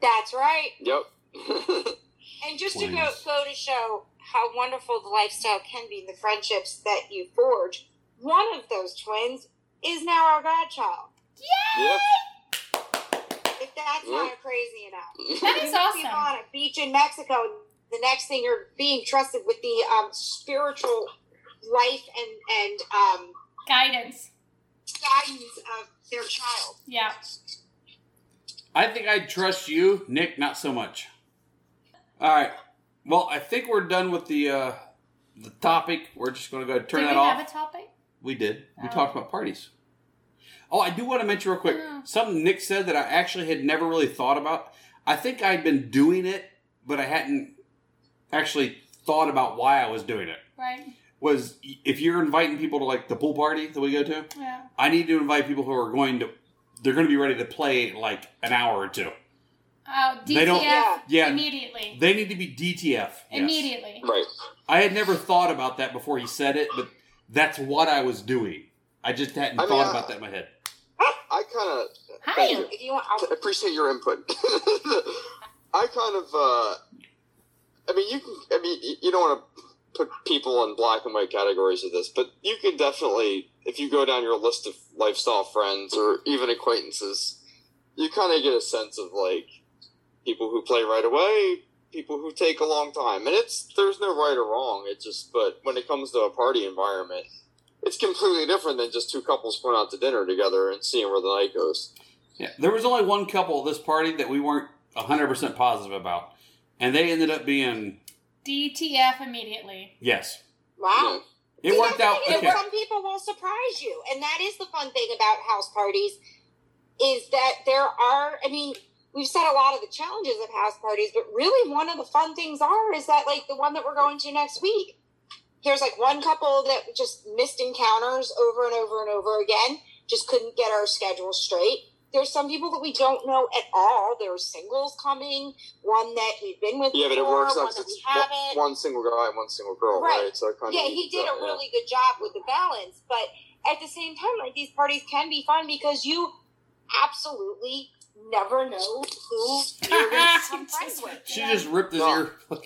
Speaker 2: That's right.
Speaker 4: Yep. (laughs)
Speaker 2: And just to go,
Speaker 3: Twins.
Speaker 2: go to show how wonderful the lifestyle can be and the friendships that you forge, one of those twins is now our godchild.
Speaker 4: yeah.
Speaker 2: If that's
Speaker 4: Yeah.
Speaker 2: not crazy enough.
Speaker 5: (laughs) That
Speaker 2: You
Speaker 5: is
Speaker 2: could be
Speaker 5: awesome.
Speaker 2: on a beach in Mexico, and the next thing you're being trusted with the um, spiritual life and, and um,
Speaker 5: Guidance.
Speaker 2: guidance of their child.
Speaker 5: Yeah.
Speaker 3: I think I'd trust you, Nick. Not so much. All right. Well, I think we're done with the uh, the topic. We're just going to go ahead and turn
Speaker 5: Did
Speaker 3: that
Speaker 5: we
Speaker 3: off.
Speaker 5: have a topic?
Speaker 3: we did. We
Speaker 5: Oh.
Speaker 3: talked about parties. Oh, I do want to mention real quick
Speaker 5: Yeah.
Speaker 3: something Nick said that I actually had never really thought about. I think I'd been doing it, but I hadn't actually thought about why I was doing it.
Speaker 5: Right.
Speaker 3: Was if you're inviting people to like the pool party that we go to,
Speaker 5: Yeah.
Speaker 3: I need to invite people who are going to. They're going to be ready to play in, like an hour or two.
Speaker 5: Oh, DTF
Speaker 3: They don't-
Speaker 2: Yeah.
Speaker 3: Yeah,
Speaker 5: immediately.
Speaker 3: They need to be DTF. yes.
Speaker 5: Immediately.
Speaker 4: Right.
Speaker 3: I had never thought about that before he said it, but that's what I was doing. I just hadn't
Speaker 4: I mean,
Speaker 3: thought
Speaker 4: I-
Speaker 3: about that in my head.
Speaker 4: I kind of
Speaker 5: Hi.
Speaker 4: Thank you.
Speaker 2: If you want, I'll,
Speaker 4: appreciate your input. (laughs) I kind of, uh, I mean, you can, I mean, y- you don't want to put people in black and white categories of this, but you can definitely, if you go down your list of lifestyle friends or even acquaintances, you kind of get a sense of like people who play right away, people who take a long time, and it's there's no right or wrong. It's just, but when it comes to a party environment. It's completely different than just two couples going out to dinner together and seeing where the night goes.
Speaker 3: Yeah, there was only one couple at this party that we weren't 100% positive about, and they ended up being
Speaker 5: DTF immediately.
Speaker 3: yes.
Speaker 2: wow.
Speaker 4: You know,
Speaker 3: It
Speaker 2: See,
Speaker 3: worked
Speaker 2: that's
Speaker 3: out.
Speaker 2: the thing is
Speaker 3: Okay.
Speaker 2: Some people will surprise you, and that is the fun thing about house parties, is that there are. I mean, we've said a lot of the challenges of house parties, but really one of the fun things are is that like the one that we're going to next week. Here's like one couple that just missed encounters over and over and over again, just couldn't get our schedule straight. There's some people that we don't know at all. There are singles coming, one that we've been with.
Speaker 4: Yeah, but it
Speaker 2: before,
Speaker 4: works
Speaker 2: one
Speaker 4: out.
Speaker 2: that
Speaker 4: It's
Speaker 2: we
Speaker 4: one,
Speaker 2: haven't.
Speaker 4: one single guy and one single girl,
Speaker 2: Right.
Speaker 4: right? So it kind
Speaker 2: yeah,
Speaker 4: of
Speaker 2: he did a really good job with the balance, but at the same time, like these parties can be fun because you absolutely never know who you're going to become friends with.
Speaker 3: She just ripped his
Speaker 4: No.
Speaker 3: ear. (laughs)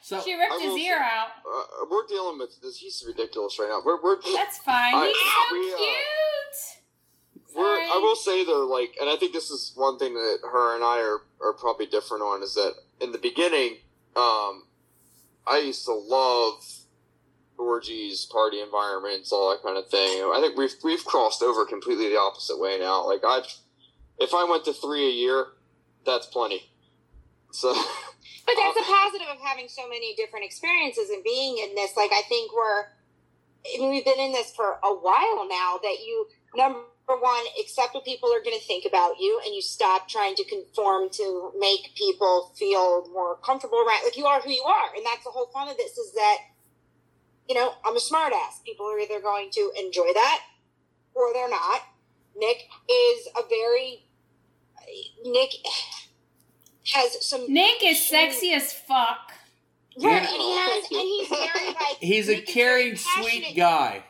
Speaker 3: so
Speaker 5: She ripped
Speaker 4: I
Speaker 5: his
Speaker 4: will
Speaker 5: ear
Speaker 4: say-
Speaker 5: out.
Speaker 4: Uh, we're dealing with this. He's ridiculous right now. We're we're
Speaker 5: That's fine.
Speaker 4: I-
Speaker 5: He's
Speaker 4: we,
Speaker 5: so
Speaker 4: uh,
Speaker 5: cute.
Speaker 4: We're, I
Speaker 5: Sorry.
Speaker 4: will say though, like, and I think this is one thing that her and I are, are probably different on is that in the beginning, um, I used to love orgies, party environments, all that kind of thing. I think we've we've crossed over completely the opposite way now. Like I, if I went to three a year, that's plenty. So (laughs)
Speaker 2: But that's a positive of having so many different experiences and being in this. Like, I think we're, I mean, we've been in this for a while now that you, number one, accept what people are going to think about you and you stop trying to conform to make people feel more comfortable, right? Like, you are who you are. And that's the whole fun of this is that, you know, I'm a smartass. People are either going to enjoy that or they're not. Nick is a very, Nick has some
Speaker 5: Nick is sexy as fuck.
Speaker 2: yeah,
Speaker 3: Yeah.
Speaker 2: and he has,
Speaker 4: Thank you.
Speaker 2: and he's very like
Speaker 3: he's a
Speaker 2: Nick is
Speaker 3: caring,
Speaker 2: very passionate.
Speaker 3: sweet guy.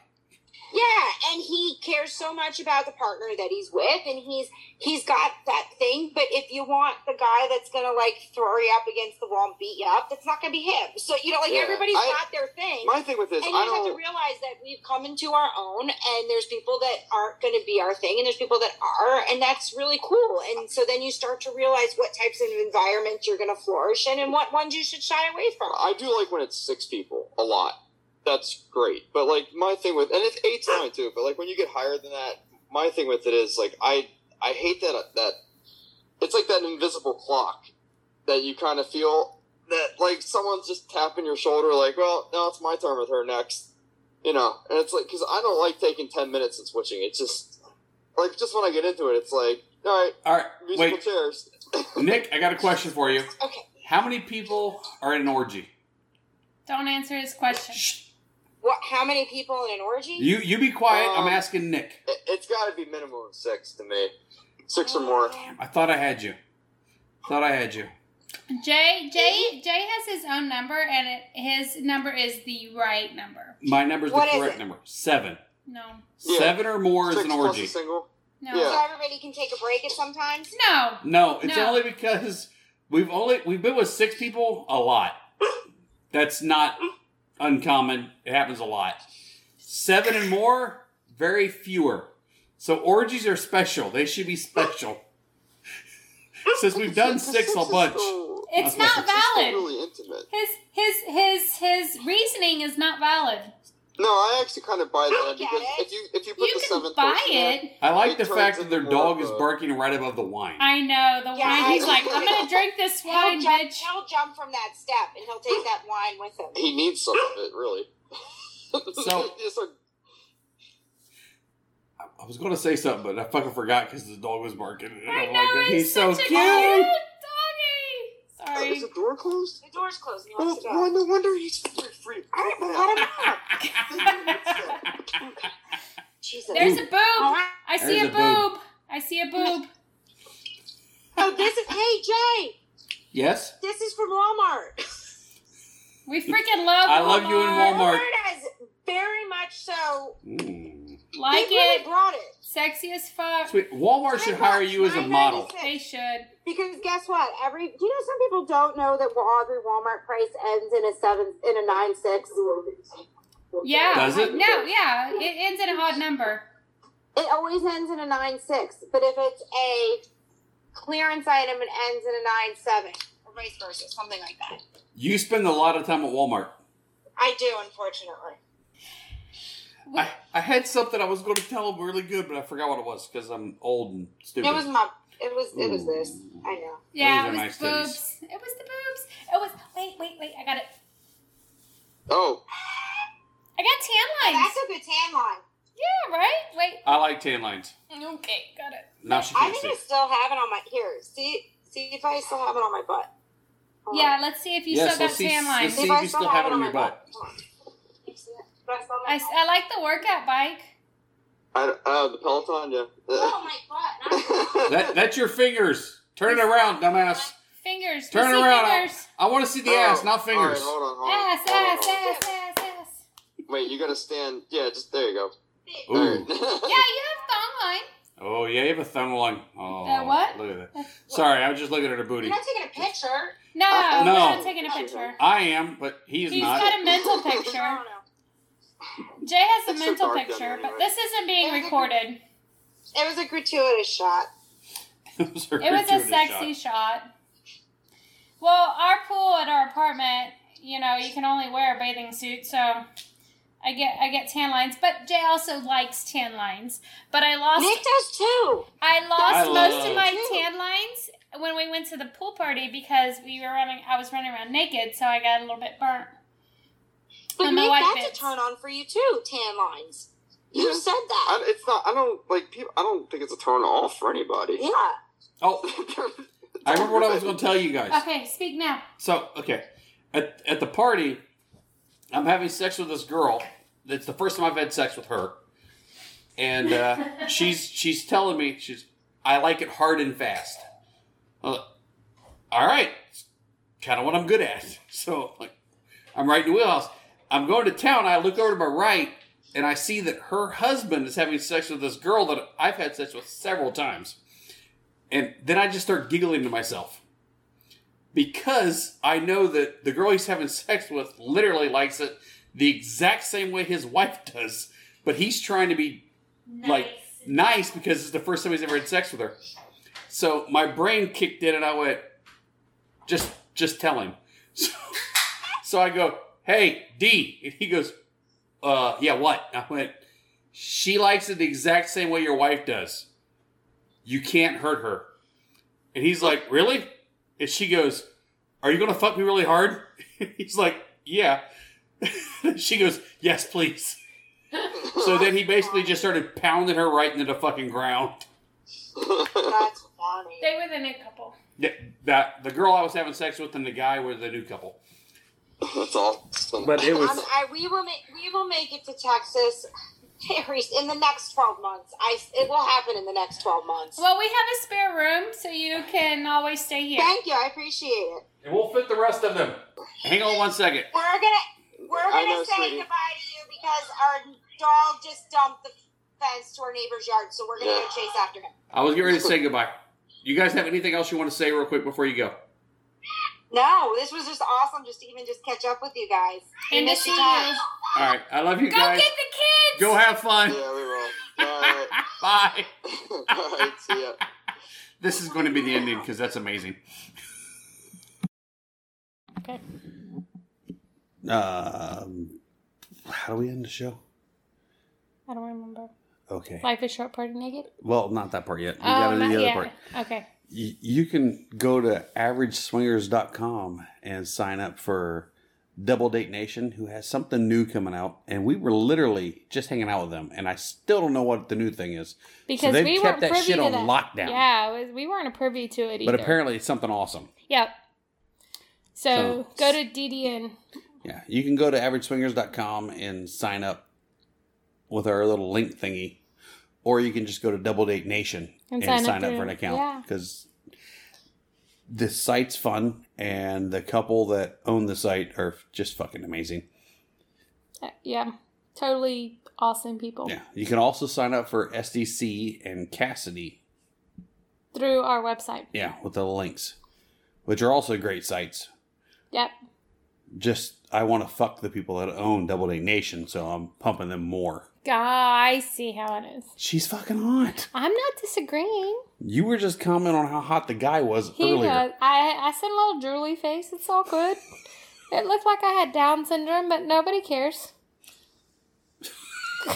Speaker 2: Yeah, and he cares so much about the partner that he's with, and he's he's got that thing. But if you want the guy that's gonna like throw you up against the wall and beat you up, that's not gonna be him. So you know, like
Speaker 4: Yeah,
Speaker 2: everybody's
Speaker 4: I-
Speaker 2: got their thing.
Speaker 4: my thing with this,
Speaker 2: and you
Speaker 4: I
Speaker 2: just have to
Speaker 4: don't.
Speaker 2: realize that we've come into our own, and there's people that aren't going to be our thing, and there's people that are, and that's really cool. And so then you start to realize what types of environments you're going to flourish in, and what ones you should shy away from.
Speaker 4: I do like when it's six people a lot. That's great. But like my thing with and it's eight's fine too. But like when you get higher than that, my thing with it is like I I hate that that it's like that invisible clock that you kind of feel that like someone's just tapping your shoulder like well now it's my turn with her next you know and it's like because I don't like taking ten minutes and switching. It's just like just when I get into it, it's like all right,
Speaker 3: All right,
Speaker 4: musical
Speaker 3: wait,
Speaker 4: chairs.
Speaker 3: Nick, I got a question for you.
Speaker 2: Okay.
Speaker 3: How many people are in an orgy?
Speaker 5: Don't answer his question.
Speaker 2: What? How many people in an orgy?
Speaker 3: You you be quiet. I'm
Speaker 4: Um,
Speaker 3: asking Nick.
Speaker 4: It, it's got to be minimum of six to me, six or more.
Speaker 3: I thought I had you. Thought I had you.
Speaker 5: Jay Jay Jay has his own number, and it, his number is the right number.
Speaker 3: My number's
Speaker 2: What is
Speaker 3: the correct
Speaker 2: it?
Speaker 3: number. Seven.
Speaker 5: No,
Speaker 4: Yeah.
Speaker 3: Seven or more is
Speaker 4: Six
Speaker 3: an
Speaker 4: plus
Speaker 3: orgy.
Speaker 4: a single.
Speaker 5: no,
Speaker 4: Yeah.
Speaker 2: So everybody can take a break at sometimes.
Speaker 5: no.
Speaker 3: No, it's
Speaker 5: No.
Speaker 3: only because we've only we've been with six people a lot. That's not uncommon. It happens a lot. Seven and more, very fewer. So orgies are special. They should be special. Since we've
Speaker 4: (laughs)
Speaker 3: done six a
Speaker 4: is
Speaker 3: bunch.
Speaker 4: still-
Speaker 5: It's
Speaker 3: That's
Speaker 5: not
Speaker 4: six is still
Speaker 5: valid.
Speaker 4: really intimate.
Speaker 5: His his his his reasoning is not valid.
Speaker 4: No, I actually kind of buy that
Speaker 2: I get
Speaker 4: because
Speaker 2: it.
Speaker 4: if you if you put
Speaker 5: You
Speaker 4: the
Speaker 5: can
Speaker 4: seventh
Speaker 5: buy
Speaker 4: person in-
Speaker 5: it.
Speaker 3: I like
Speaker 4: It
Speaker 3: the
Speaker 4: turns
Speaker 3: fact that their
Speaker 4: into
Speaker 3: dog
Speaker 4: more
Speaker 3: is
Speaker 4: of a-
Speaker 3: barking right above the wine.
Speaker 5: I know the
Speaker 2: Yeah,
Speaker 5: wine.
Speaker 2: I-
Speaker 5: He's like, I'm gonna drink this wine,
Speaker 2: he'll, jump,
Speaker 5: bitch.
Speaker 2: he'll jump from that step and he'll take that wine with him.
Speaker 4: he needs some of it really. (laughs)
Speaker 3: So-
Speaker 4: It's like,
Speaker 3: I was going to say something, but I fucking forgot because the dog was barking. And
Speaker 5: I
Speaker 3: I'm
Speaker 5: know
Speaker 3: like, Oh he's so
Speaker 5: such
Speaker 3: cute.
Speaker 5: a cute
Speaker 4: oh,
Speaker 5: doggy.
Speaker 4: is
Speaker 5: Sorry.
Speaker 4: the door closed?
Speaker 2: The door's closed. He
Speaker 4: Well,
Speaker 2: wants to go.
Speaker 4: well, no wonder he's free. free.
Speaker 2: All right, well,
Speaker 3: (laughs)
Speaker 2: let him out. Jesus.
Speaker 5: There's a
Speaker 2: All
Speaker 5: boob.
Speaker 2: right.
Speaker 5: I see
Speaker 3: There's
Speaker 5: a
Speaker 3: a boob.
Speaker 5: boob. I see a boob.
Speaker 2: Oh, this is. Hey, Jay.
Speaker 3: Yes,
Speaker 2: This is from Walmart.
Speaker 5: We freaking love.
Speaker 3: I love you in Walmart.
Speaker 2: has very much so.
Speaker 3: Mm.
Speaker 5: Like
Speaker 2: they really
Speaker 5: it.
Speaker 2: brought it.
Speaker 5: Sexy as fuck.
Speaker 3: Sweet. Walmart should hire you as a model.
Speaker 5: They should.
Speaker 2: Because guess what? Every you know, some people don't know that Wal- every Walmart price ends in a seven in a nine six.
Speaker 5: Yeah.
Speaker 3: Does it?
Speaker 5: No. Yeah. It ends in an odd number.
Speaker 2: It always ends in a nine six, but if it's a clearance item, it ends in a nine seven, or vice versa, something like that.
Speaker 3: You spend a lot of time at Walmart.
Speaker 2: I do, unfortunately.
Speaker 5: We-
Speaker 3: I, I had something I was going to tell them really good, but I forgot what it was because I'm old and stupid.
Speaker 2: It was my. It was. It was
Speaker 3: Ooh.
Speaker 2: this. I know.
Speaker 5: yeah.
Speaker 3: Those
Speaker 5: It
Speaker 3: are
Speaker 5: was
Speaker 3: nice
Speaker 5: the
Speaker 3: titties.
Speaker 5: boobs. It was the boobs. It was. Wait. Wait. Wait. I got it.
Speaker 4: Oh,
Speaker 5: I got tan lines.
Speaker 2: That's a good tan line.
Speaker 5: Yeah. Right. Wait.
Speaker 3: I like tan lines.
Speaker 5: Okay. Got it.
Speaker 3: Now she
Speaker 2: I
Speaker 3: can't
Speaker 2: think
Speaker 3: see.
Speaker 2: I still have it on my here. See, See if I still have it on my butt. Hold
Speaker 5: Yeah, let's see if you
Speaker 3: Yes,
Speaker 5: still got
Speaker 3: let's see-
Speaker 5: tan
Speaker 2: on.
Speaker 5: lines.
Speaker 3: let's see. if you still have it on your butt.
Speaker 2: Hold on. You see it? Do I still have it on
Speaker 5: I,
Speaker 2: my
Speaker 5: s-
Speaker 2: butt?
Speaker 5: I like the workout bike.
Speaker 4: I, uh, the
Speaker 3: (laughs)
Speaker 4: Peloton, yeah. (laughs)
Speaker 2: Oh my butt. not-
Speaker 3: That, that's your fingers. Turn it around, dumbass.
Speaker 5: Fingers.
Speaker 3: Turn
Speaker 5: you see
Speaker 3: around.
Speaker 5: Fingers.
Speaker 3: I want to see the
Speaker 4: Oh,
Speaker 3: ass, not
Speaker 4: all right,
Speaker 3: fingers.
Speaker 4: hold on, hold on.
Speaker 5: Ass,
Speaker 4: hold on,
Speaker 5: ass,
Speaker 4: hold on.
Speaker 5: ass, ass, ass.
Speaker 4: Wait, you gotta stand. Yeah, just there you go. All
Speaker 3: Ooh.
Speaker 5: Yeah,
Speaker 4: right. (laughs)
Speaker 5: you have thong line.
Speaker 3: Oh, yeah, you have a thumb line. Oh,
Speaker 5: That what?
Speaker 3: Look at that. Sorry, I was just looking at her
Speaker 2: You're
Speaker 3: booty.
Speaker 2: not taking a picture.
Speaker 5: No,
Speaker 4: Uh,
Speaker 5: we're
Speaker 3: no.
Speaker 5: not taking a picture.
Speaker 3: I am, but he is
Speaker 5: He's
Speaker 3: not.
Speaker 5: got a mental
Speaker 2: I
Speaker 4: (laughs)
Speaker 5: picture.
Speaker 2: don't know.
Speaker 5: Jay has a
Speaker 4: It's so
Speaker 5: mental
Speaker 4: dark down
Speaker 5: picture,
Speaker 4: there
Speaker 5: but
Speaker 4: anyway.
Speaker 5: this isn't
Speaker 4: (laughs)
Speaker 5: being recorded.
Speaker 2: It was a gratuitous shot.
Speaker 3: it was,
Speaker 5: It was a sexy shot. Well, our pool at our apartment, you know, you can only wear a bathing suit, so I get I get tan lines. But Jay also likes tan lines. But I lost
Speaker 2: Nick does too.
Speaker 5: I lost
Speaker 3: I
Speaker 5: most
Speaker 3: love-
Speaker 5: of my tan lines when we went to the pool party because we were running. I was running around naked, so I got a little bit burnt.
Speaker 2: But
Speaker 5: And the
Speaker 2: Nick,
Speaker 5: white
Speaker 2: that's
Speaker 5: bits.
Speaker 2: a turn on for you too. Tan lines. You
Speaker 4: Yeah.
Speaker 2: said that.
Speaker 4: I, it's not. I don't like people. I don't think it's a turn off for anybody.
Speaker 2: yeah.
Speaker 3: Oh, I remember what I was going to tell you guys.
Speaker 5: Okay, speak now.
Speaker 3: So okay, at at the party, I'm having sex with this girl. It's the first time I've had sex with her, and uh, she's she's telling me she's I like it hard and fast. I'm like, All right, kind of what I'm good at. (laughs) So like, I'm right in the wheelhouse. I'm going to town. I look over to my right, and I see that her husband is having sex with this girl that I've had sex with several times. And then I just start giggling to myself because I know that the girl he's having sex with literally likes it the exact same way his wife does, but he's trying to be like nice because it's the first time he's ever had sex with her. So my brain kicked in and I went, just just tell him. (laughs) So, so I go, hey D, and he goes, uh, yeah, what? I went, she likes it the exact same way your wife does. You can't hurt her. And he's like, really? And she goes, Are you going to fuck me really hard? (laughs) He's like, Yeah. (laughs) she goes, Yes, please. so then he basically just
Speaker 2: (laughs)
Speaker 3: started pounding her right into the fucking ground.
Speaker 2: That's funny.
Speaker 5: They were the new couple.
Speaker 3: Yeah, that the girl I was having sex with and the guy were the new couple.
Speaker 4: (laughs) That's awesome.
Speaker 3: But it
Speaker 2: Um, (laughs)
Speaker 3: was
Speaker 2: I, we will make we will make it to Texas (laughs) very in the next twelve months. I it will happen in the next twelve months.
Speaker 5: Well, we have a spare room, so you can always stay here.
Speaker 2: Thank you, I appreciate it.
Speaker 3: and we'll fit the rest of them. Hang on one second.
Speaker 2: We're gonna we're
Speaker 4: I
Speaker 2: gonna
Speaker 4: know,
Speaker 2: say
Speaker 4: sweetie.
Speaker 2: goodbye to you because our dog just dumped the fence to our neighbor's yard, so we're gonna
Speaker 4: Yeah.
Speaker 2: go chase after him.
Speaker 3: I was getting ready to say goodbye. You guys have anything else you want to say real quick before you go?
Speaker 2: No, this was just awesome. Just to even just catch up with you guys. We
Speaker 5: And to
Speaker 2: missed
Speaker 5: see
Speaker 2: you
Speaker 5: you.
Speaker 2: guys.
Speaker 3: All right. I love you
Speaker 5: Go
Speaker 3: guys.
Speaker 5: get the kids.
Speaker 3: Go have fun.
Speaker 4: yeah, we will. All (laughs) right.
Speaker 3: Bye.
Speaker 4: All right. See ya. (laughs)
Speaker 3: This is going to be the ending because that's amazing.
Speaker 1: Um, how do we end the show?
Speaker 5: I don't remember.
Speaker 1: Okay.
Speaker 5: Life is short, party naked.
Speaker 1: Well, not that part yet. We
Speaker 5: Oh,
Speaker 1: gotta do
Speaker 5: not
Speaker 1: the other
Speaker 5: yet.
Speaker 1: part.
Speaker 5: Okay.
Speaker 1: Y- You can go to averageswingers.com and sign up for Double Date Nation, who has something new coming out. And we were literally just hanging out with them, and I still don't know what the new thing is.
Speaker 5: Because
Speaker 1: they've
Speaker 5: we
Speaker 1: kept
Speaker 5: weren't
Speaker 1: that
Speaker 5: privy
Speaker 1: shit
Speaker 5: to
Speaker 1: on
Speaker 5: that.
Speaker 1: lockdown.
Speaker 5: Yeah, it was, we weren't privy to it either.
Speaker 1: But apparently, it's something awesome.
Speaker 5: Yep. So,
Speaker 1: So-
Speaker 5: go to DDN.
Speaker 1: Yeah, you can go to averageswingers.com and sign up with our little link thingy, or you can just go to Double Date Nation
Speaker 5: And
Speaker 1: and,
Speaker 5: sign up
Speaker 1: sign, up,
Speaker 5: for-
Speaker 1: for an
Speaker 5: yeah.
Speaker 1: account because the site's fun, and the couple that own the site are just fucking amazing.
Speaker 5: Uh, Yeah. Totally awesome people.
Speaker 1: Yeah, you can also sign up for SDC and Cassidy.
Speaker 5: Through our website.
Speaker 1: Yeah, with the links, which are also great sites.
Speaker 5: Yep.
Speaker 1: Just I want to fuck the people that own Double Date Nation, so I'm pumping them more.
Speaker 5: Ah, I see how it is.
Speaker 1: She's fucking hot.
Speaker 5: I'm not disagreeing.
Speaker 1: You were just commenting on how hot the guy was
Speaker 5: He
Speaker 1: earlier.
Speaker 5: was. I, I said a little drooly face. It's all good.
Speaker 1: (laughs)
Speaker 5: it looked like I had Down syndrome, but nobody cares. (laughs)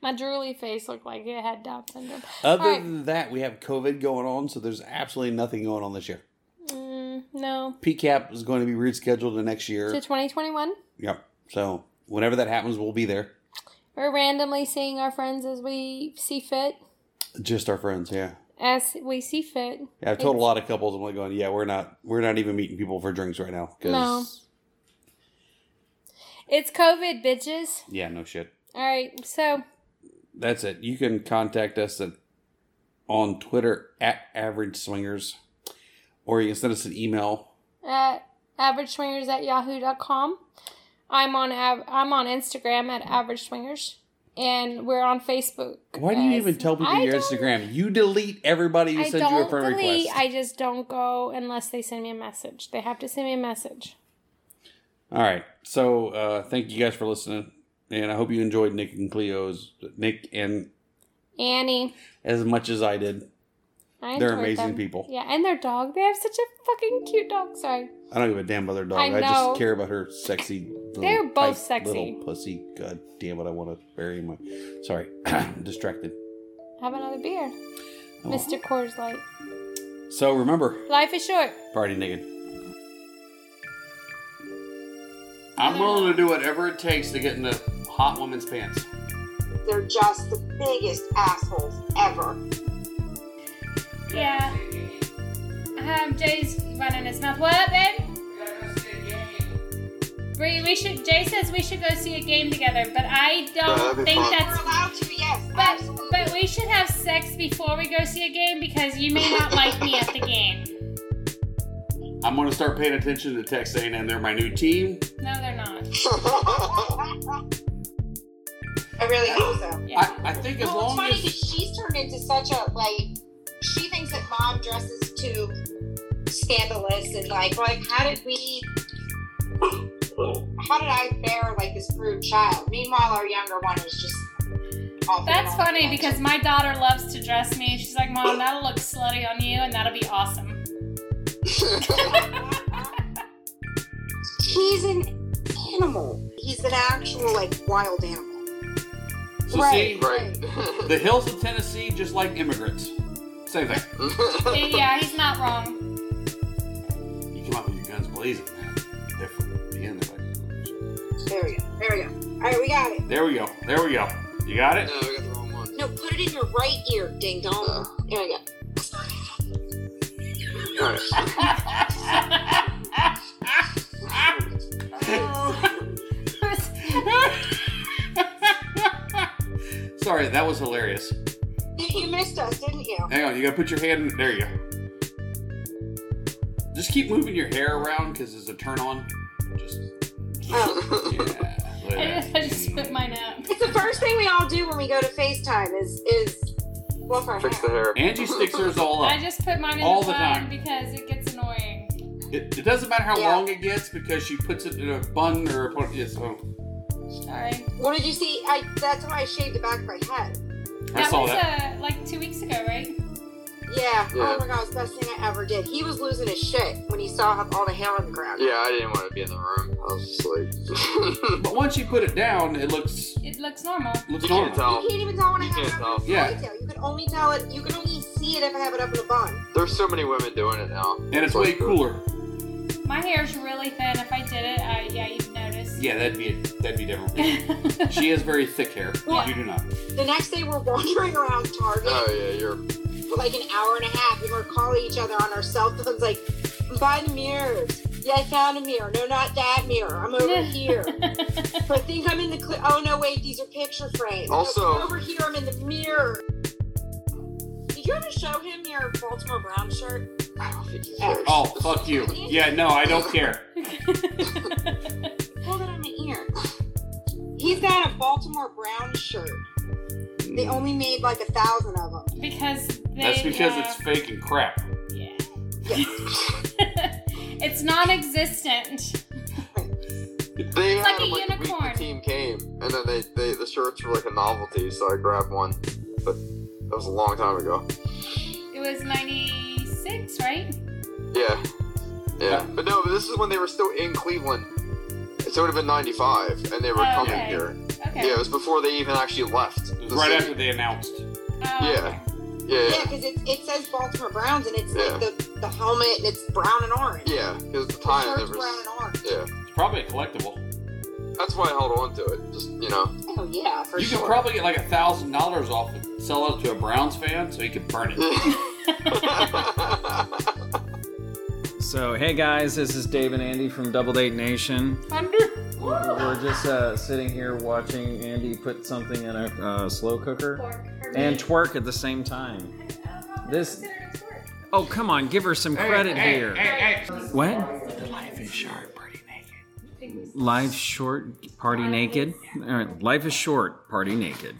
Speaker 5: My drooly face looked like it had Down syndrome.
Speaker 1: Other
Speaker 5: All right.
Speaker 1: than that, we have COVID going on, so there's absolutely nothing going on this year.
Speaker 5: Mm, no.
Speaker 1: PCAP is going to be rescheduled to next year.
Speaker 5: To 2021.
Speaker 1: Yep. So whenever that happens, we'll be there.
Speaker 5: We're randomly seeing our friends as we see fit.
Speaker 1: Just our friends, yeah.
Speaker 5: as we see fit.
Speaker 3: Yeah, I've told a lot of couples I'm like going, yeah, we're not we're not even meeting people for drinks right now because
Speaker 5: No. It's COVID, bitches.
Speaker 3: yeah, no shit.
Speaker 5: All right, so
Speaker 3: That's it. You can contact us at, on Twitter at Average Swingers, or you can send us an email.
Speaker 5: at uh, average swingers at yahoo.com. I'm on av- I'm on Instagram at average swingers, and we're on Facebook.
Speaker 3: Why do you
Speaker 5: as-
Speaker 3: even tell people
Speaker 5: I
Speaker 3: your
Speaker 5: don't-
Speaker 3: Instagram? You delete everybody who
Speaker 5: I
Speaker 3: sends you a
Speaker 5: don't
Speaker 3: friend
Speaker 5: delete.
Speaker 3: request.
Speaker 5: I just don't go unless they send me a message. They have to send me a message.
Speaker 3: All right. So uh, thank you guys for listening, and I hope you enjoyed Nick and Cleo's Nick and
Speaker 5: Annie,
Speaker 3: as much as I did.
Speaker 5: I
Speaker 3: They're
Speaker 5: enjoyed
Speaker 3: amazing
Speaker 5: them.
Speaker 3: people.
Speaker 5: Yeah, and their dog. They have such a fucking cute dog. Sorry.
Speaker 3: I don't give a damn about their dog.
Speaker 5: I
Speaker 3: I,
Speaker 5: know.
Speaker 3: just care about her sexy. Little,
Speaker 5: They're both
Speaker 3: tight
Speaker 5: sexy.
Speaker 3: Little pussy. God damn it! I want to bury my. Sorry, (clears throat) distracted.
Speaker 5: Have another beer,
Speaker 3: Oh.
Speaker 5: Mr. Coors Light.
Speaker 3: So remember,
Speaker 5: Life is short.
Speaker 3: party naked. I'm willing to do whatever it takes to get into hot woman's pants.
Speaker 2: They're just the biggest assholes ever.
Speaker 5: Yeah. Um, Jay's running his mouth. What, babe? We, we should. Jay says we should go see a game together, but I
Speaker 4: that'd
Speaker 5: don't
Speaker 4: be
Speaker 5: think
Speaker 4: fun.
Speaker 2: We're
Speaker 5: that's.
Speaker 2: allowed to, yes.
Speaker 5: But
Speaker 2: absolutely.
Speaker 5: but we should have sex before we go see a game because you may not like me at the game.
Speaker 3: I'm gonna start paying attention to Texas A&M. They're my new team.
Speaker 5: No, they're not.
Speaker 2: I really hope so.
Speaker 5: Yeah.
Speaker 3: I, I think as
Speaker 2: Well, it's
Speaker 3: long
Speaker 2: funny
Speaker 3: as
Speaker 2: because she's turned into such a like. She thinks that mom dresses too scandalous and like like how did we? How did I bear like this rude child? Meanwhile, our younger one is just. all
Speaker 5: That's
Speaker 2: full of
Speaker 5: funny
Speaker 2: attention.
Speaker 5: because my daughter loves to dress me. She's like, Mom, that'll look slutty on you, and that'll be awesome.
Speaker 2: he's an animal. He's an actual like wild animal.
Speaker 3: so
Speaker 2: Right.
Speaker 4: right. (laughs)
Speaker 3: see the hills of Tennessee, just like immigrants, same thing.
Speaker 5: yeah, he's not wrong. (laughs)
Speaker 3: You come out with your guns blazing. man. They're from the end. They're like,
Speaker 2: There we go. There we go. All right, we got it.
Speaker 3: There we go. There we go. You got it. (laughs)
Speaker 4: no, I got the wrong one.
Speaker 2: No, put it in your right ear, ding dong. There we go.
Speaker 4: All right.
Speaker 3: Sorry, that was hilarious.
Speaker 2: You you missed us, didn't you?
Speaker 3: Hang on, you gotta put your hand in. There you go. Just keep moving your hair around because it's a turn on. Just.
Speaker 5: (laughs)
Speaker 3: Yeah.
Speaker 5: I just, I just spit mine out.
Speaker 2: It's the first thing we all do when we go to FaceTime is is fluff our
Speaker 4: Fix the
Speaker 2: hair.
Speaker 4: hair.
Speaker 3: Angie sticks hers all
Speaker 5: I
Speaker 3: up.
Speaker 5: just put mine in
Speaker 3: All
Speaker 5: the,
Speaker 3: the
Speaker 5: bun
Speaker 3: time.
Speaker 5: because it gets annoying.
Speaker 3: It, it doesn't matter how
Speaker 2: Yeah.
Speaker 3: long it gets because she puts it in a bun or a pun. Yes, oh,
Speaker 5: Sorry.
Speaker 2: What did you see? I that's why I shaved the back of my head.
Speaker 3: I saw
Speaker 5: was
Speaker 3: that.
Speaker 5: Uh, like two weeks ago, right?
Speaker 2: Yeah.
Speaker 4: Yeah.
Speaker 2: Oh my god, it's the best thing I ever did. He was losing his shit when he saw all the hair on the ground.
Speaker 4: Yeah, I didn't want to be in the room. I was just like,
Speaker 3: But once you put it down, it looks
Speaker 5: It looks normal.
Speaker 4: you
Speaker 3: looks
Speaker 4: can't
Speaker 3: normal.
Speaker 4: tell.
Speaker 2: You can't even tell when I
Speaker 4: You
Speaker 2: have it
Speaker 4: can't
Speaker 2: up in a
Speaker 3: tell.
Speaker 2: ponytail. You can only tell it. You can only see it if I have it up in a bun.
Speaker 4: (laughs) There's so many women doing it now.
Speaker 3: And it's
Speaker 4: uh,
Speaker 3: way cooler.
Speaker 5: My hair's really thin. If I did it, I, yeah, you'd notice.
Speaker 3: Yeah, that'd be that'd be different. she has very thick hair.
Speaker 2: Well-
Speaker 3: You do not.
Speaker 2: The next day, we're (laughs) wandering around Target
Speaker 4: Oh yeah, you're. What
Speaker 2: for like an hour and a half, and we're calling each other on our cell phones, like, "I'm by the mirrors. Yeah, I found a mirror. No, not that mirror. I'm over here. I think I'm in the. Cl- oh no, wait, these are picture frames.
Speaker 4: Also-
Speaker 2: No, over here, I'm in the mirror. Did you ever show him your Baltimore Brown shirt?
Speaker 4: I don't think he cares.
Speaker 3: Oh fuck you. Yeah, no, I don't care.
Speaker 2: Hold it on the ear. He's got a Baltimore Brown shirt. They only made like a thousand of them.
Speaker 5: (laughs) because they,
Speaker 3: That's because
Speaker 5: uh,
Speaker 3: it's fake and crap.
Speaker 5: Yeah.
Speaker 3: (laughs)
Speaker 5: it's non-existent.
Speaker 4: They
Speaker 5: It's
Speaker 4: had
Speaker 5: like a
Speaker 4: them, like, the
Speaker 5: unicorn.
Speaker 4: week the team came, and then they, they the shirts were like a novelty, so I grabbed one. But that was a long time ago.
Speaker 5: It was 96, right?
Speaker 3: Yeah.
Speaker 4: Yeah, yeah. But no, but this is when they were still in Cleveland. So it would have been '95, and they were
Speaker 5: Oh,
Speaker 4: coming
Speaker 5: okay.
Speaker 4: here.
Speaker 5: Okay.
Speaker 4: Yeah, it was before they even actually left.
Speaker 3: It
Speaker 4: the
Speaker 3: was right
Speaker 4: city.
Speaker 3: after they announced.
Speaker 5: Oh,
Speaker 4: yeah.
Speaker 5: okay.
Speaker 4: Yeah,
Speaker 2: Yeah,
Speaker 4: yeah,
Speaker 2: because it, it says Baltimore Browns and it's
Speaker 4: Yeah.
Speaker 2: like the, the helmet and it's brown and orange.
Speaker 4: yeah. Because the
Speaker 2: The
Speaker 4: time
Speaker 2: shirt's
Speaker 4: there was.
Speaker 2: brown and orange.
Speaker 4: Yeah,
Speaker 3: It's probably a collectible.
Speaker 4: That's why I held on to it. Just you know,
Speaker 2: Oh yeah, for
Speaker 3: You
Speaker 2: sure.
Speaker 3: could probably get like a thousand dollars off it, sell it to a Browns fan, so he could burn it.
Speaker 5: (laughs)
Speaker 4: (laughs)
Speaker 7: So, hey guys, this is Dave and Andy from Double Date Nation. We're just uh, sitting here watching Andy put something in a uh, slow cooker and twerk at the same time. This. Oh, come on, give her some credit here. What?
Speaker 1: Life is short, pretty naked.
Speaker 7: Life short, party naked? All right, life is short, party naked.